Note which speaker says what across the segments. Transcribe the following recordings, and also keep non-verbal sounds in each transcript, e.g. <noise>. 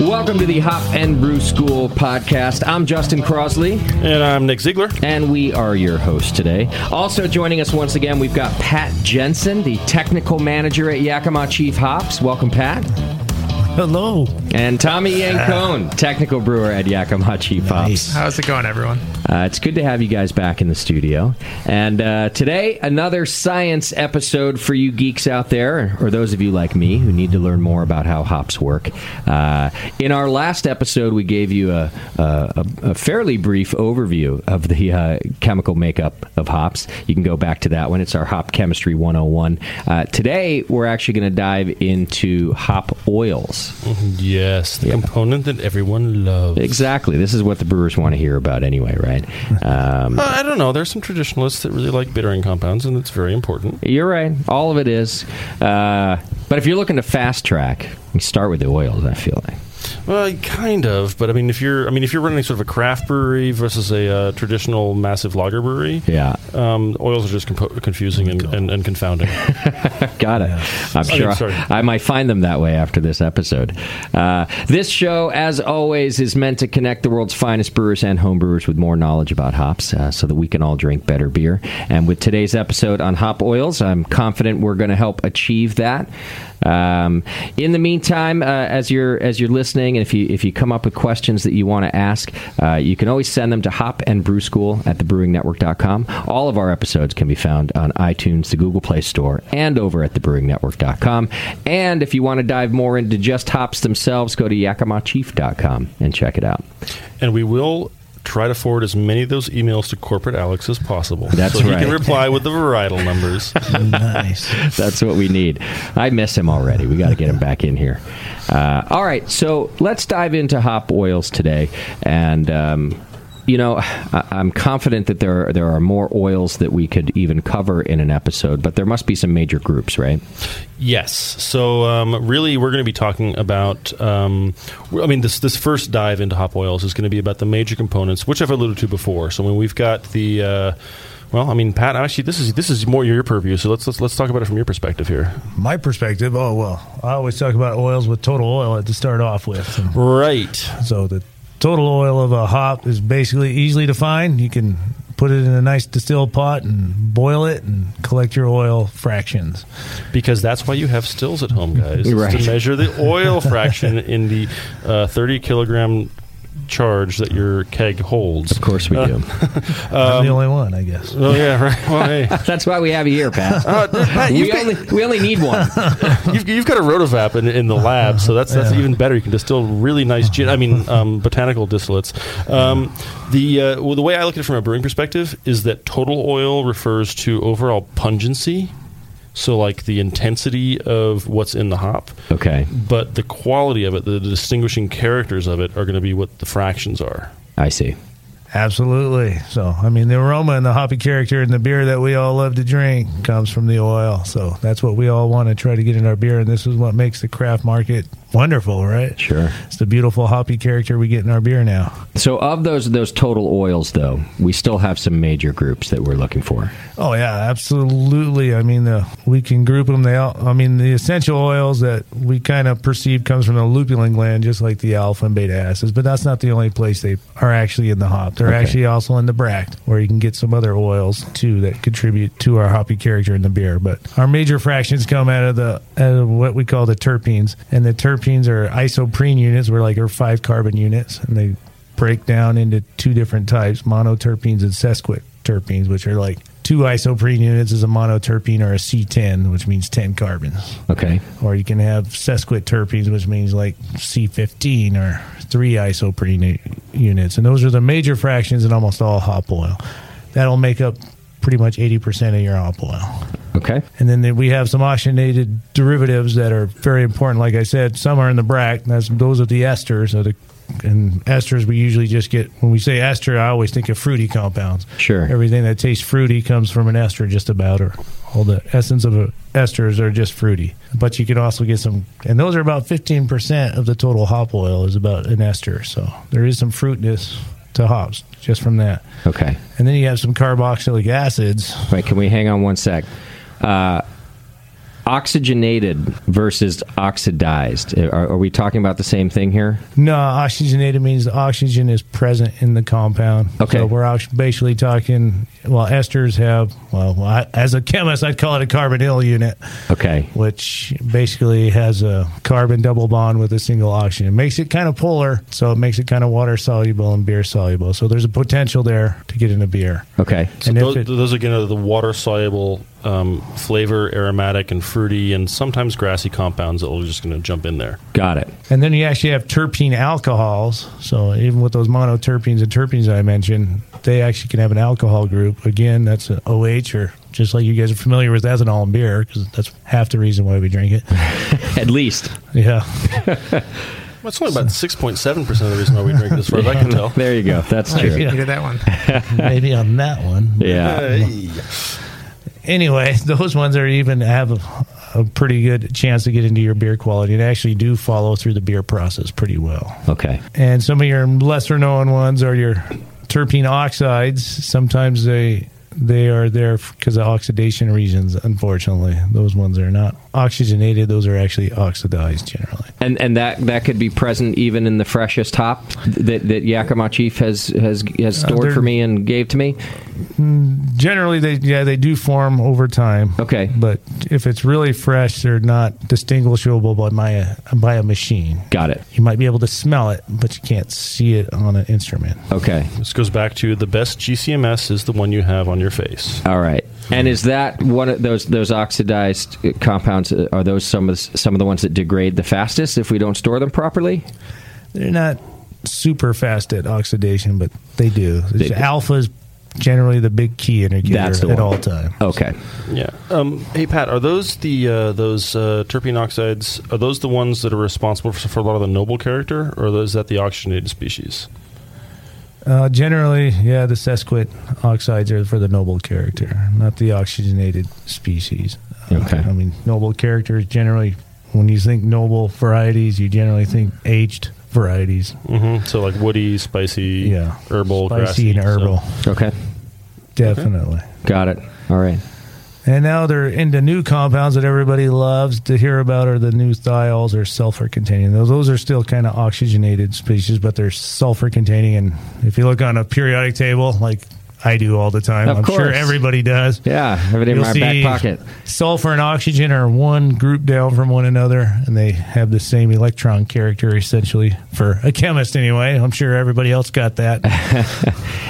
Speaker 1: Welcome to the Hop and Brew School podcast. I'm Justin Crosley.
Speaker 2: And I'm Nick Ziegler.
Speaker 1: And we are your hosts today. Also joining us once again, we've got Pat Jensen, the technical manager at Yakima Chief Hops. Welcome, Pat.
Speaker 3: Hello.
Speaker 1: And Tommy Yancone, technical brewer at Yakima Chief Hops.
Speaker 4: How's it going, everyone?
Speaker 1: Uh, it's good to have you guys back in the studio. And uh, today, another science episode for you geeks out there, or those of you like me who need to learn more about how hops work. Uh, in our last episode, we gave you a, a, a fairly brief overview of the uh, chemical makeup of hops. You can go back to that one. It's our Hop Chemistry 101. Uh, today, we're actually going to dive into hop oils.
Speaker 2: Yes, the component that everyone loves.
Speaker 1: Exactly. This is what the brewers want to hear about anyway, right? Um,
Speaker 2: Uh, I don't know. There's some traditionalists that really like bittering compounds, and it's very important.
Speaker 1: You're right. All of it is. Uh, but if you're looking to fast track, you start with the oils, I feel like.
Speaker 2: Well, Uh, kind of, but I mean, if you're, I mean, if you're running sort of a craft brewery versus a uh, traditional massive lager brewery,
Speaker 1: Yeah.
Speaker 2: um, oils are just compo- confusing and, and, and <laughs> confounding.
Speaker 1: Got it. I'm
Speaker 2: Okay,
Speaker 1: sure
Speaker 2: sorry.
Speaker 1: I, I might find them that way after this episode. Uh, this show, as always, is meant to connect the world's finest brewers and homebrewers with more knowledge about hops uh, so that we can all drink better beer. And with today's episode on hop oils, I'm confident we're going to help achieve that. Um, in the meantime, uh, as you're as you're listening, and if you if you come up with questions that you want to ask, uh, you can always send them to hop and brew school at thebrewingnetwork.com. All of our episodes can be found on iTunes, the Google Play Store, and over at thebrewingnetwork.com. And if you want to dive more into just hops themselves, go to yakimachief.com and check it out.
Speaker 2: and we will try to forward as many of those emails to corporate Alex as possible.
Speaker 1: That's
Speaker 2: so he
Speaker 1: right.
Speaker 2: can reply with the varietal <laughs> numbers.
Speaker 3: nice.
Speaker 1: That's what we need. I miss him already. We got to get him back in here. Uh, all right, so let's dive into hop oils today, and um, you know, I- I'm confident that there are, there are more oils that we could even cover in an episode, but there must be some major groups, right?
Speaker 2: Yes. So, um, really, we're going to be talking about. Um, I mean, this this first dive into hop oils is going to be about the major components, which I've alluded to before. So, when we've got the, uh, well, I mean, Pat, actually, this is this is more your purview. So let's let's let's talk about it from your perspective here.
Speaker 3: My perspective, oh, well, I always talk about oils with total oil to start off with. And
Speaker 2: Right.
Speaker 3: so the total oil of a hop is basically easily defined. You can put it in a nice distilled pot and boil it and collect your oil fractions.
Speaker 2: Because that's why you have stills at home, guys. is
Speaker 1: Right.
Speaker 2: To measure the oil <laughs> fraction in the uh, thirty kilogram charge that your keg holds.
Speaker 1: Of course we do.
Speaker 3: I'm the only one, I guess.
Speaker 2: Oh yeah, <laughs> right. Well, hey.
Speaker 1: <laughs> That's why we have you here, Pat.
Speaker 2: Uh,
Speaker 1: <laughs>
Speaker 2: Pat,
Speaker 1: we
Speaker 2: you've got-
Speaker 1: only we only need one.
Speaker 2: you've, you've got a rotovap in, in the lab, so that's that's
Speaker 3: Yeah.
Speaker 2: even better. You can distill really nice gin. I
Speaker 3: <laughs>
Speaker 2: mean, um, botanical distillates. Um, the uh, well, the way I look at it from a brewing perspective is that total oil refers to overall pungency, so like the intensity of what's in the hop.
Speaker 1: Okay,
Speaker 2: But the quality of it, the distinguishing characters of it, are going to be what the fractions are.
Speaker 1: I see.
Speaker 3: Absolutely. So, I mean, the aroma and the hoppy character in the beer that we all love to drink comes from the oil. So, that's what we all want to try to get in our beer. And this is what makes the craft market wonderful, right?
Speaker 1: Sure.
Speaker 3: It's the beautiful hoppy character we get in our beer now.
Speaker 1: So of those those total oils, though, we still have some major groups that we're looking for.
Speaker 3: Oh yeah, absolutely. I mean, the, we can group them. They all, I mean, the essential oils that we kind of perceive comes from the lupulin gland, just like the alpha and beta acids. But that's not the only place they are actually in the hop. They're
Speaker 1: Okay.
Speaker 3: actually also in the bract, where you can get some other oils too that contribute to our hoppy character in the beer. But our major fractions come out of the out of what we call the terpenes, and the terpenes are isoprene units, where like are five carbon units, and they break down into two different types monoterpenes and sesquiterpenes, which are like two isoprene units is a monoterpene or a C10, which means 10 carbons.
Speaker 1: Okay,
Speaker 3: Or you can have sesquiterpenes, which means like C15 or three isoprene u- units. And those are the major fractions in almost all hop oil. That'll make up pretty much 80% of your hop oil.
Speaker 1: okay,
Speaker 3: And then the- we have some oxygenated derivatives that are very important. Like I said, some are in the BRAC. That's, those are the esters. Are the, and esters, we usually just get, when we say ester, I always think of fruity compounds.
Speaker 1: Sure.
Speaker 3: Everything that tastes fruity comes from an ester, just about, or all the essence of a, esters are just fruity. But you can also get some, and those are about 15% of the total hop oil is about an ester. So there is some fruitness to hops just from that.
Speaker 1: okay.
Speaker 3: And then you have some carboxylic acids.
Speaker 1: Wait, can we hang on one sec? Uh, oxygenated versus oxidized. Uh, Are, are we talking about the same thing here?
Speaker 3: No, oxygenated means the oxygen is present in the compound.
Speaker 1: Okay.
Speaker 3: So we're ox- basically talking, well, esters have, well, I, as a chemist, I'd call it a carbonyl unit,
Speaker 1: Okay.
Speaker 3: which basically has a carbon double bond with a single oxygen. It makes it kind of polar, so it makes it kind of water soluble and beer soluble. So there's a potential there to get in a beer.
Speaker 1: Okay.
Speaker 2: So
Speaker 3: And if
Speaker 2: those,
Speaker 3: it-
Speaker 2: those again are the water soluble um, flavor, aromatic, and fruity, and sometimes grassy compounds that are just going to jump in there.
Speaker 1: Got it.
Speaker 3: And then you actually have terpene alcohols. So even with those monoterpenes and terpenes I mentioned, they actually can have an alcohol group. Again, that's an OH or just like you guys are familiar with ethanol in beer because that's half the reason why we drink it.
Speaker 1: At least
Speaker 3: Yeah.
Speaker 2: That's only about six point seven percent of the reason why we drink this, as far as I can tell.
Speaker 1: there you go. That's true.
Speaker 3: Yeah.
Speaker 4: You did that one.
Speaker 3: Maybe on that one.
Speaker 1: Yeah.
Speaker 3: Anyway, <laughs> those ones are even have a, a pretty good chance to get into your beer quality and actually do follow through the beer process pretty well.
Speaker 1: Okay.
Speaker 3: and some of your lesser known ones are your terpene oxides sometimes they they are there because of oxidation reasons unfortunately those ones are not oxygenated those are actually oxidized generally
Speaker 1: And and that that could be present even in the freshest hop that that Yakima Chief has has has stored
Speaker 3: they're-
Speaker 1: for me and gave to me.
Speaker 3: generally they yeah they do form over time
Speaker 1: Okay.
Speaker 3: but if it's really fresh they're not distinguishable by my by a machine
Speaker 1: Got it.
Speaker 3: you might be able to smell it but you can't see it on an instrument
Speaker 1: Okay.
Speaker 2: This goes back to the best GCMS is the one you have on your face.
Speaker 1: All right. And is that one of those those oxidized compounds? uh, Are those some of the, some of the ones that degrade the fastest if we don't store them properly?
Speaker 3: they're not super fast at oxidation, but they do.
Speaker 1: They do.
Speaker 3: Alpha is generally the big key indicator
Speaker 1: That's the
Speaker 3: at
Speaker 1: one.
Speaker 3: all time.
Speaker 1: Okay.
Speaker 2: Yeah. Um, hey Pat, are those the uh, those uh, terpene oxides? Are those the ones that are responsible for, for a lot of the noble character, or is that the oxygenated species?
Speaker 3: Uh, generally, yeah, the sesquit oxides are for the noble character, not the oxygenated species. Uh,
Speaker 1: Okay.
Speaker 3: I mean, noble characters generally, when you think noble varieties, you generally think aged varieties.
Speaker 2: Mm-hmm. So like woody, spicy,
Speaker 3: Yeah.
Speaker 2: herbal, grassy,
Speaker 3: Spicy and
Speaker 2: so-
Speaker 3: herbal.
Speaker 1: Okay.
Speaker 3: Definitely.
Speaker 1: Got it. All right.
Speaker 3: And now they're into new compounds that everybody loves to hear about are the new thiols or sulfur containing. Those, those are still kind of oxygenated species, but they're sulfur containing. And if you look on a periodic table, like I do all the time,
Speaker 1: Of
Speaker 3: I'm sure
Speaker 1: course.
Speaker 3: everybody does.
Speaker 1: Yeah. Have it in
Speaker 3: You'll
Speaker 1: my back
Speaker 3: see
Speaker 1: pocket.
Speaker 3: sulfur and oxygen are one group down from one another, and they have the same electron character essentially for a chemist, anyway. I'm sure everybody else got
Speaker 1: <laughs>
Speaker 3: that.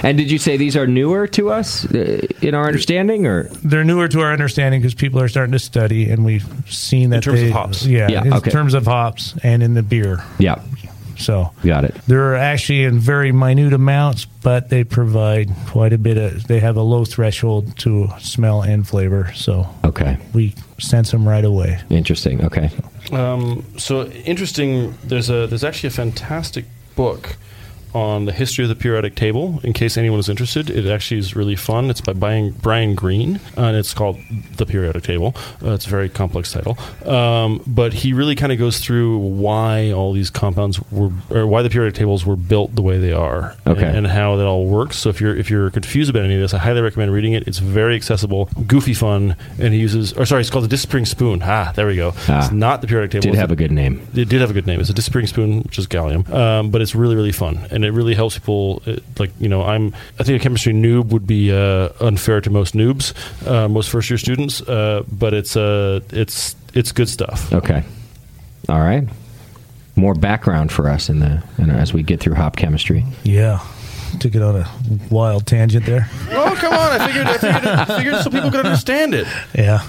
Speaker 1: And did you say these are newer to us uh, in our understanding, or
Speaker 3: they're newer to our understanding because people are starting to study, and we've seen that
Speaker 2: terms of
Speaker 3: they-
Speaker 2: hops.
Speaker 3: yeah,
Speaker 1: Yeah,
Speaker 3: in
Speaker 1: okay.
Speaker 3: terms of hops and in the beer.
Speaker 1: yeah,
Speaker 3: So
Speaker 1: got it.
Speaker 3: they're actually in very minute amounts, but they provide quite a bit of. They have a low threshold to smell and flavor, so
Speaker 1: Okay.
Speaker 3: we sense them right away.
Speaker 1: Interesting. Okay.
Speaker 2: Um, so interesting. There's a there's actually a fantastic book on the history of the periodic table. In case anyone is interested, it actually is really fun. It's by Brian, Brian Green, uh, and it's called The Periodic Table. Uh, it's a very complex title, um, but he really kind of goes through why all these compounds were, or why the periodic tables were built the way they are,
Speaker 1: Okay.
Speaker 2: and, and how that all works. So if you're if you're confused about any of this, I highly recommend reading it. It's very accessible, goofy fun, and he uses. Or sorry, it's called the Disappearing Spoon. Ah, there we go.
Speaker 1: Ah.
Speaker 2: It's not the periodic table.
Speaker 1: Did
Speaker 2: It's
Speaker 1: have
Speaker 2: the-
Speaker 1: a good name.
Speaker 2: it did have a good name. It's a disappearing spoon, which is gallium, um, but it's really really fun, and it really helps people. uh like you know, I'm I think a chemistry noob would be uh, unfair to most noobs, uh, most first year students, uh, but it's uh, it's it's good stuff.
Speaker 1: Okay. All right. More background for us in the in, as we get through hop chemistry.
Speaker 3: Yeah, took it on a wild tangent there.
Speaker 2: oh come on! I figured I figured, I figured so people could understand it.
Speaker 3: <laughs> Yeah,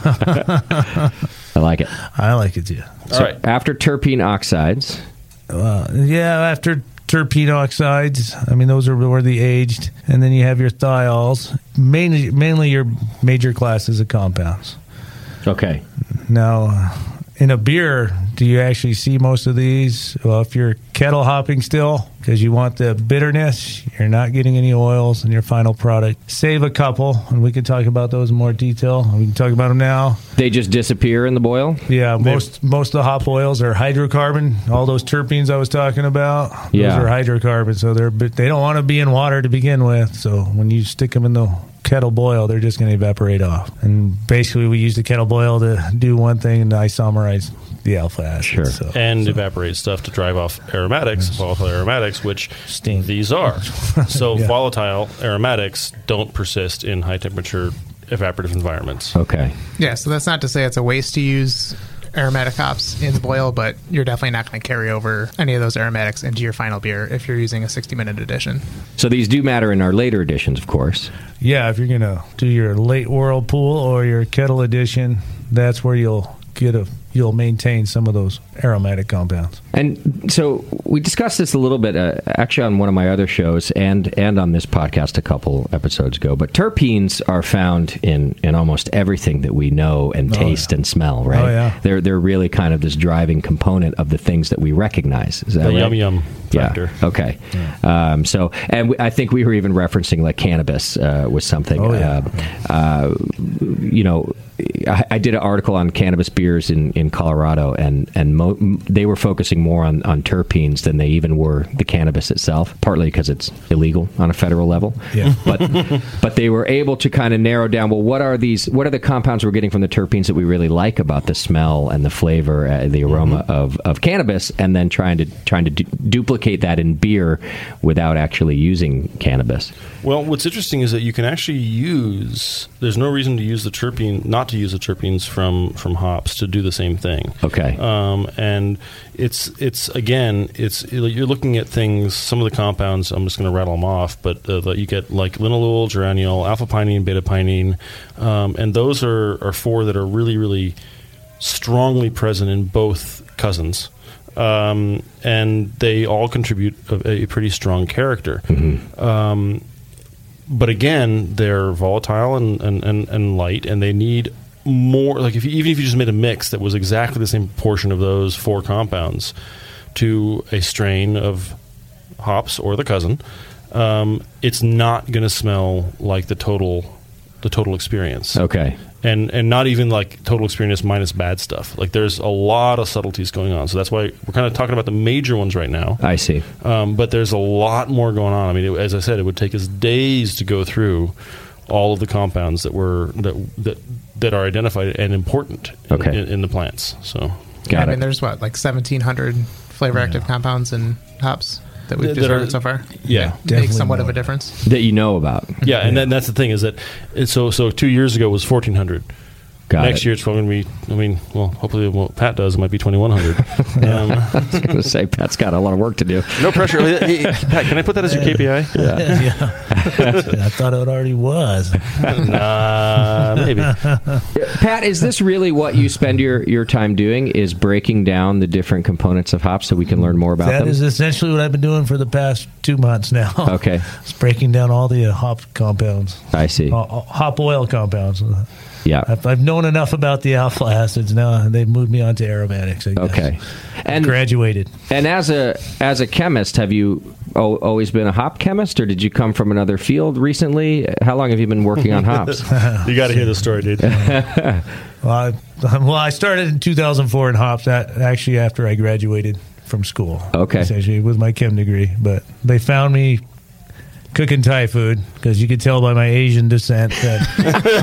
Speaker 3: <laughs>
Speaker 1: I like it.
Speaker 3: I like it too.
Speaker 2: All right.
Speaker 1: After terpene oxides.
Speaker 3: Uh, yeah, after terpene oxides, I mean those are where the aged, and then you have your thiols, mainly mainly your major classes of compounds.
Speaker 1: Okay.
Speaker 3: Now, uh, in a beer, do Do you actually see most of these? Well, if you're kettle hopping still, because you want the bitterness, you're not getting any oils in your final product. Save a couple, and we can talk about those in more detail. We can talk about them now.
Speaker 1: They just disappear in the boil.
Speaker 3: Yeah, most most of the hop oils are hydrocarbon. All those terpenes I was talking about, those
Speaker 1: Yeah.
Speaker 3: are hydrocarbon. So they're but they don't want to be in water to begin with. So when you stick them in the kettle boil, they're just going to evaporate off. And basically, we use the kettle boil to do one thing, and isomerize the alpha acid.
Speaker 1: Sure.
Speaker 3: So
Speaker 2: and evaporate stuff to drive off aromatics, volatile aromatics, which
Speaker 3: Stink.
Speaker 2: these are.
Speaker 1: <laughs>
Speaker 2: So
Speaker 3: Yeah.
Speaker 2: volatile aromatics don't persist in high temperature evaporative environments.
Speaker 1: Okay.
Speaker 4: Yeah, so that's not to say it's a waste to use aromatic hops in the boil, but you're definitely not going to carry over any of those aromatics into your final beer if you're using a 60 minute edition.
Speaker 1: So these do matter in our later editions, of course.
Speaker 3: yeah, if you're going to do your late whirlpool or your kettle addition, that's where you'll get a you'll maintain some of those aromatic compounds.
Speaker 1: And so we discussed this a little bit, uh, actually, on one of my other shows and and on this podcast a couple episodes ago. But terpenes are found in in almost everything that we know and taste and smell. Right?
Speaker 3: Oh, yeah.
Speaker 1: They're they're really kind of this driving component of the things that we recognize. Is that
Speaker 2: The
Speaker 1: right?
Speaker 2: yum yum factor.
Speaker 1: Yeah. Okay. Um, so, and we, I think we were even referencing like cannabis uh, was something.
Speaker 3: Oh, yeah.
Speaker 1: Uh, uh, you know, I, I did an article on cannabis beers in, in Colorado, and and mo- m- they were focusing more on, on terpenes than they even were the cannabis itself. Partly because it's illegal on a federal level.
Speaker 3: Yeah.
Speaker 1: <laughs> But but they were able to kind of narrow down. Well, what are these? What are the compounds we're getting from the terpenes that we really like about the smell and the flavor, uh, the
Speaker 4: Mm-hmm.
Speaker 1: aroma of, of cannabis, and then trying to trying to du- duplicate that in beer without actually using cannabis.
Speaker 2: Well, what's interesting is that you can actually use. There's no reason to use the terpene, not to use the terpenes from from hops to do the same thing.
Speaker 1: Okay.
Speaker 4: Uh,
Speaker 2: Um, and it's it's again, it's you're looking at things. Some of the compounds, I'm just going to rattle them off, but uh, that you get like linalool, geraniol, alpha pinene, beta pinene, um, and those are are four that are really really strongly present in both cousins. Um, and they all contribute a, a pretty strong character but again, they're volatile and, and, and, and light, and they need more. Like if you, even if you just made a mix that was exactly the same proportion of those four compounds to a strain of hops or the cousin, um, it's not going to smell like the total the total experience
Speaker 1: Okay.
Speaker 2: and and not even like total experience minus bad stuff like there's a lot of subtleties going on so that's why we're kind of talking about the major ones right now
Speaker 1: I see.
Speaker 2: um, but there's a lot more going on. I mean, it, as I said, it would take us days to go through all of the compounds that were that that, that are identified and important in,
Speaker 1: Okay.
Speaker 2: in, in the plants. So
Speaker 1: Got
Speaker 4: I
Speaker 1: it.
Speaker 4: mean, there's what, like 1,700 flavor active compounds and hops that we've
Speaker 2: That-
Speaker 4: just
Speaker 2: that are-
Speaker 4: heard so far?
Speaker 2: yeah.
Speaker 3: Definitely
Speaker 4: Makes somewhat of
Speaker 3: more.
Speaker 4: a difference.
Speaker 1: that you know about.
Speaker 2: yeah, and then that's the thing is that it's so so two years ago was fourteen hundred.
Speaker 1: Got
Speaker 2: Next
Speaker 1: it.
Speaker 2: year it's probably going to be. I mean, well, hopefully what Pat does it might be twenty one <laughs> hundred.
Speaker 1: <laughs>
Speaker 2: um,
Speaker 1: I was going to say Pat's got a lot of work to do.
Speaker 2: no pressure, Hey, Pat. Can I put that as your KPI?
Speaker 3: <laughs> I thought it already was.
Speaker 2: Nah, Uh, <laughs> maybe.
Speaker 1: Pat, is this really what you spend your, your time doing? Is breaking down the different components of hops so we can learn more about
Speaker 3: That
Speaker 1: them?
Speaker 3: is essentially what I've been doing for the past two months now. <laughs>
Speaker 1: Okay.
Speaker 3: it's breaking down all the uh, hop compounds,
Speaker 1: I see.
Speaker 3: uh, uh, hop oil compounds.
Speaker 1: Yeah.
Speaker 3: I've, I've known enough about the alpha acids now, and they've moved me on to aromatics. I guess.
Speaker 1: Okay. And
Speaker 3: graduated.
Speaker 1: And as a as a chemist, have you al- always been a hop chemist, or did you come from another field recently? How long have you been working on hops?
Speaker 3: <laughs>
Speaker 2: you got to hear the story, dude. <laughs>
Speaker 3: Well I, <laughs> well, I started in 2004 in hops. That actually after I graduated from school.
Speaker 1: Okay.
Speaker 3: essentially with my chem degree, but they found me cooking Thai food because you could tell by my Asian descent
Speaker 1: <laughs>
Speaker 3: that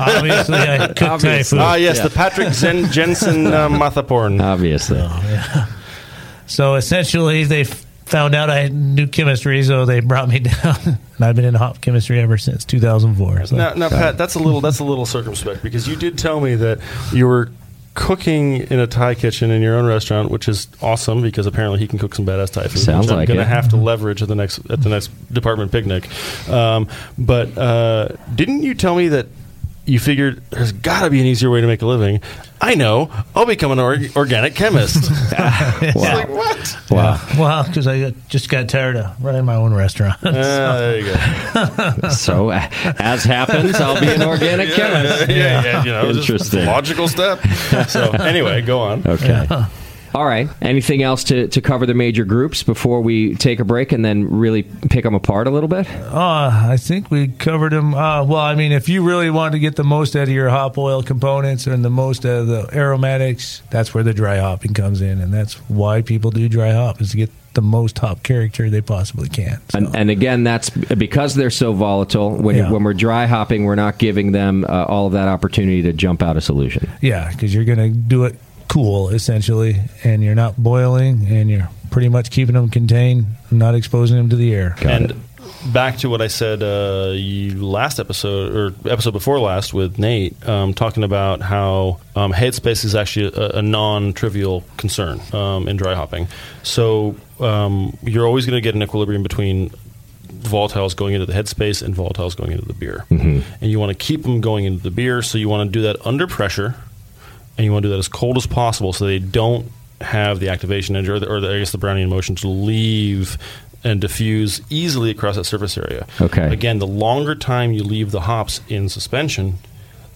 Speaker 3: obviously I cook Thai
Speaker 1: Obviously.
Speaker 3: food.
Speaker 2: Ah, yes,
Speaker 1: Yeah.
Speaker 2: the Patrick Zen- Jensen uh, <laughs> Mathaporn.
Speaker 1: Obviously,
Speaker 3: Oh, So essentially, they f- found out I knew chemistry, so they brought me <laughs> down, and I've been in hop chemistry ever since 2004. So.
Speaker 2: Now, now, Pat, that's a little that's a little circumspect because you did tell me that you were cooking in a Thai kitchen in your own restaurant, which is awesome because apparently he can cook some badass Thai food.
Speaker 1: Sounds
Speaker 2: which I'm
Speaker 1: like
Speaker 2: gonna
Speaker 1: it.
Speaker 2: have to leverage at the next at the next department picnic. Um, but uh, didn't you tell me that? You figured there's got to be an easier way to make a living. I know. I'll become an org-
Speaker 1: <laughs>
Speaker 2: organic chemist.
Speaker 1: wow,
Speaker 2: like what?
Speaker 1: wow,
Speaker 3: Well, because I got- just got tired of running my own restaurant. <laughs>
Speaker 2: Ah, there you go.
Speaker 1: so a- as happens, I'll be an organic chemist.
Speaker 2: yeah, yeah, you know, just
Speaker 1: Interesting.
Speaker 2: logical step. So anyway, go on.
Speaker 1: Okay. <laughs> All right. Anything else to, to cover the major groups before we take a break and then really pick them apart a little bit?
Speaker 3: Uh, I think we covered them. Uh, well, I mean, if you really want to get the most out of your hop oil components and the most out of the aromatics, that's where the dry hopping comes in, and that's why people do dry hop is to get the most hop character they possibly can. So-
Speaker 1: And, and again, that's because they're so volatile. When,
Speaker 3: Yeah.
Speaker 1: when we're dry hopping, we're not giving them uh, all of that opportunity to jump out a solution.
Speaker 3: Yeah, because you're going to do it cool, essentially, and you're not boiling, and you're pretty much keeping them contained, not exposing them to the air.
Speaker 2: and back to what I said uh, you- last episode or episode before last with Nate, um, talking about how um, headspace is actually a, a non-trivial concern um, in dry hopping. So um, you're always going to get an equilibrium between volatiles going into the headspace and volatiles going into the beer, and you want to keep them going into the beer. So you want to do that under pressure, and you want to do that as cold as possible so they don't have the activation energy or, the, or the, I guess the Brownian motion to leave and diffuse easily across that surface area.
Speaker 1: Okay.
Speaker 2: Again, the longer time you leave the hops in suspension,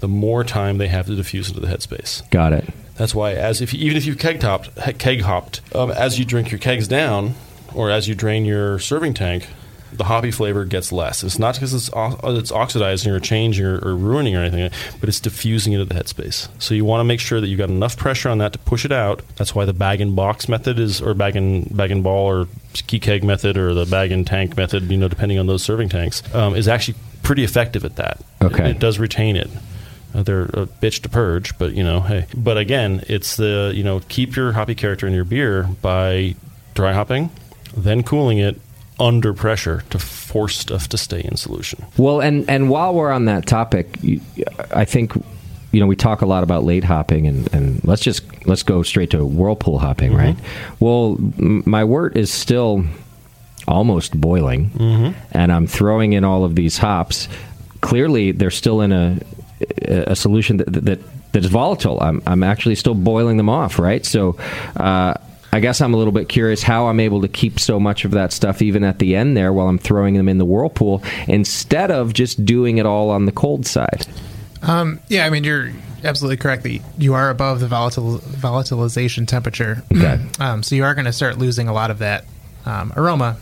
Speaker 2: the more time they have to diffuse into the headspace.
Speaker 1: Got it.
Speaker 2: That's why, as if even if you've keg topped, he- keg hopped, um, as you drink your kegs down, or as you drain your serving tank, the hoppy flavor gets less. It's not because it's o- uh, it's oxidizing or changing or, or ruining or anything, but it's diffusing into the headspace. So you want to make sure that you've got enough pressure on that to push it out. That's why the bag and box method is, or bag and bag and ball, or ski keg method, or the bag and tank method. You know, depending on those serving tanks, um, is actually pretty effective at that.
Speaker 1: Okay.
Speaker 2: It- it does retain it. Uh, they're a bitch to purge, but you know, hey. But again, it's the you know keep your hoppy character in your beer by dry hopping, then cooling it under pressure to force stuff to stay in solution.
Speaker 1: Well, and and while we're on that topic, you- I think you know we talk a lot about late hopping, and, and let's just let's go straight to whirlpool hopping, right? Well, m- my wort is still almost boiling,
Speaker 4: Mm-hmm.
Speaker 1: and I'm throwing in all of these hops. Clearly, they're still in a a solution that that that is volatile. I'm I'm actually still boiling them off, right? So. Uh, I guess I'm a little bit curious how I'm able to keep so much of that stuff even at the end there while I'm throwing them in the whirlpool instead of just doing it all on the cold side.
Speaker 4: Um, yeah, I mean you're absolutely correct that you are above the volatil- volatilization temperature.
Speaker 1: Okay.
Speaker 4: <clears throat> um, so you are going to start losing a lot of that um, aroma.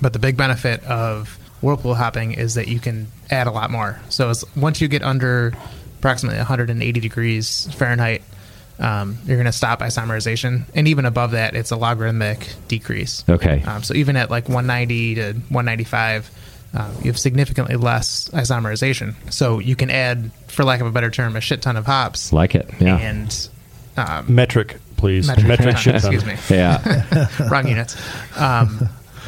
Speaker 4: But the big benefit of whirlpool hopping is that you can add a lot more. So as, once you get under approximately 180 degrees Fahrenheit, um, you're going to stop isomerization, and even above that, it's a logarithmic decrease.
Speaker 1: Okay.
Speaker 4: Um, so even at like 190 to 195, um, you have significantly less isomerization. So you can add, for lack of a better term, a shit ton of hops.
Speaker 1: Like it. Yeah.
Speaker 4: And um,
Speaker 2: Metric, please.
Speaker 4: metric, ton,
Speaker 2: shit ton.
Speaker 4: excuse me,
Speaker 1: <laughs> yeah.
Speaker 4: wrong units. Um,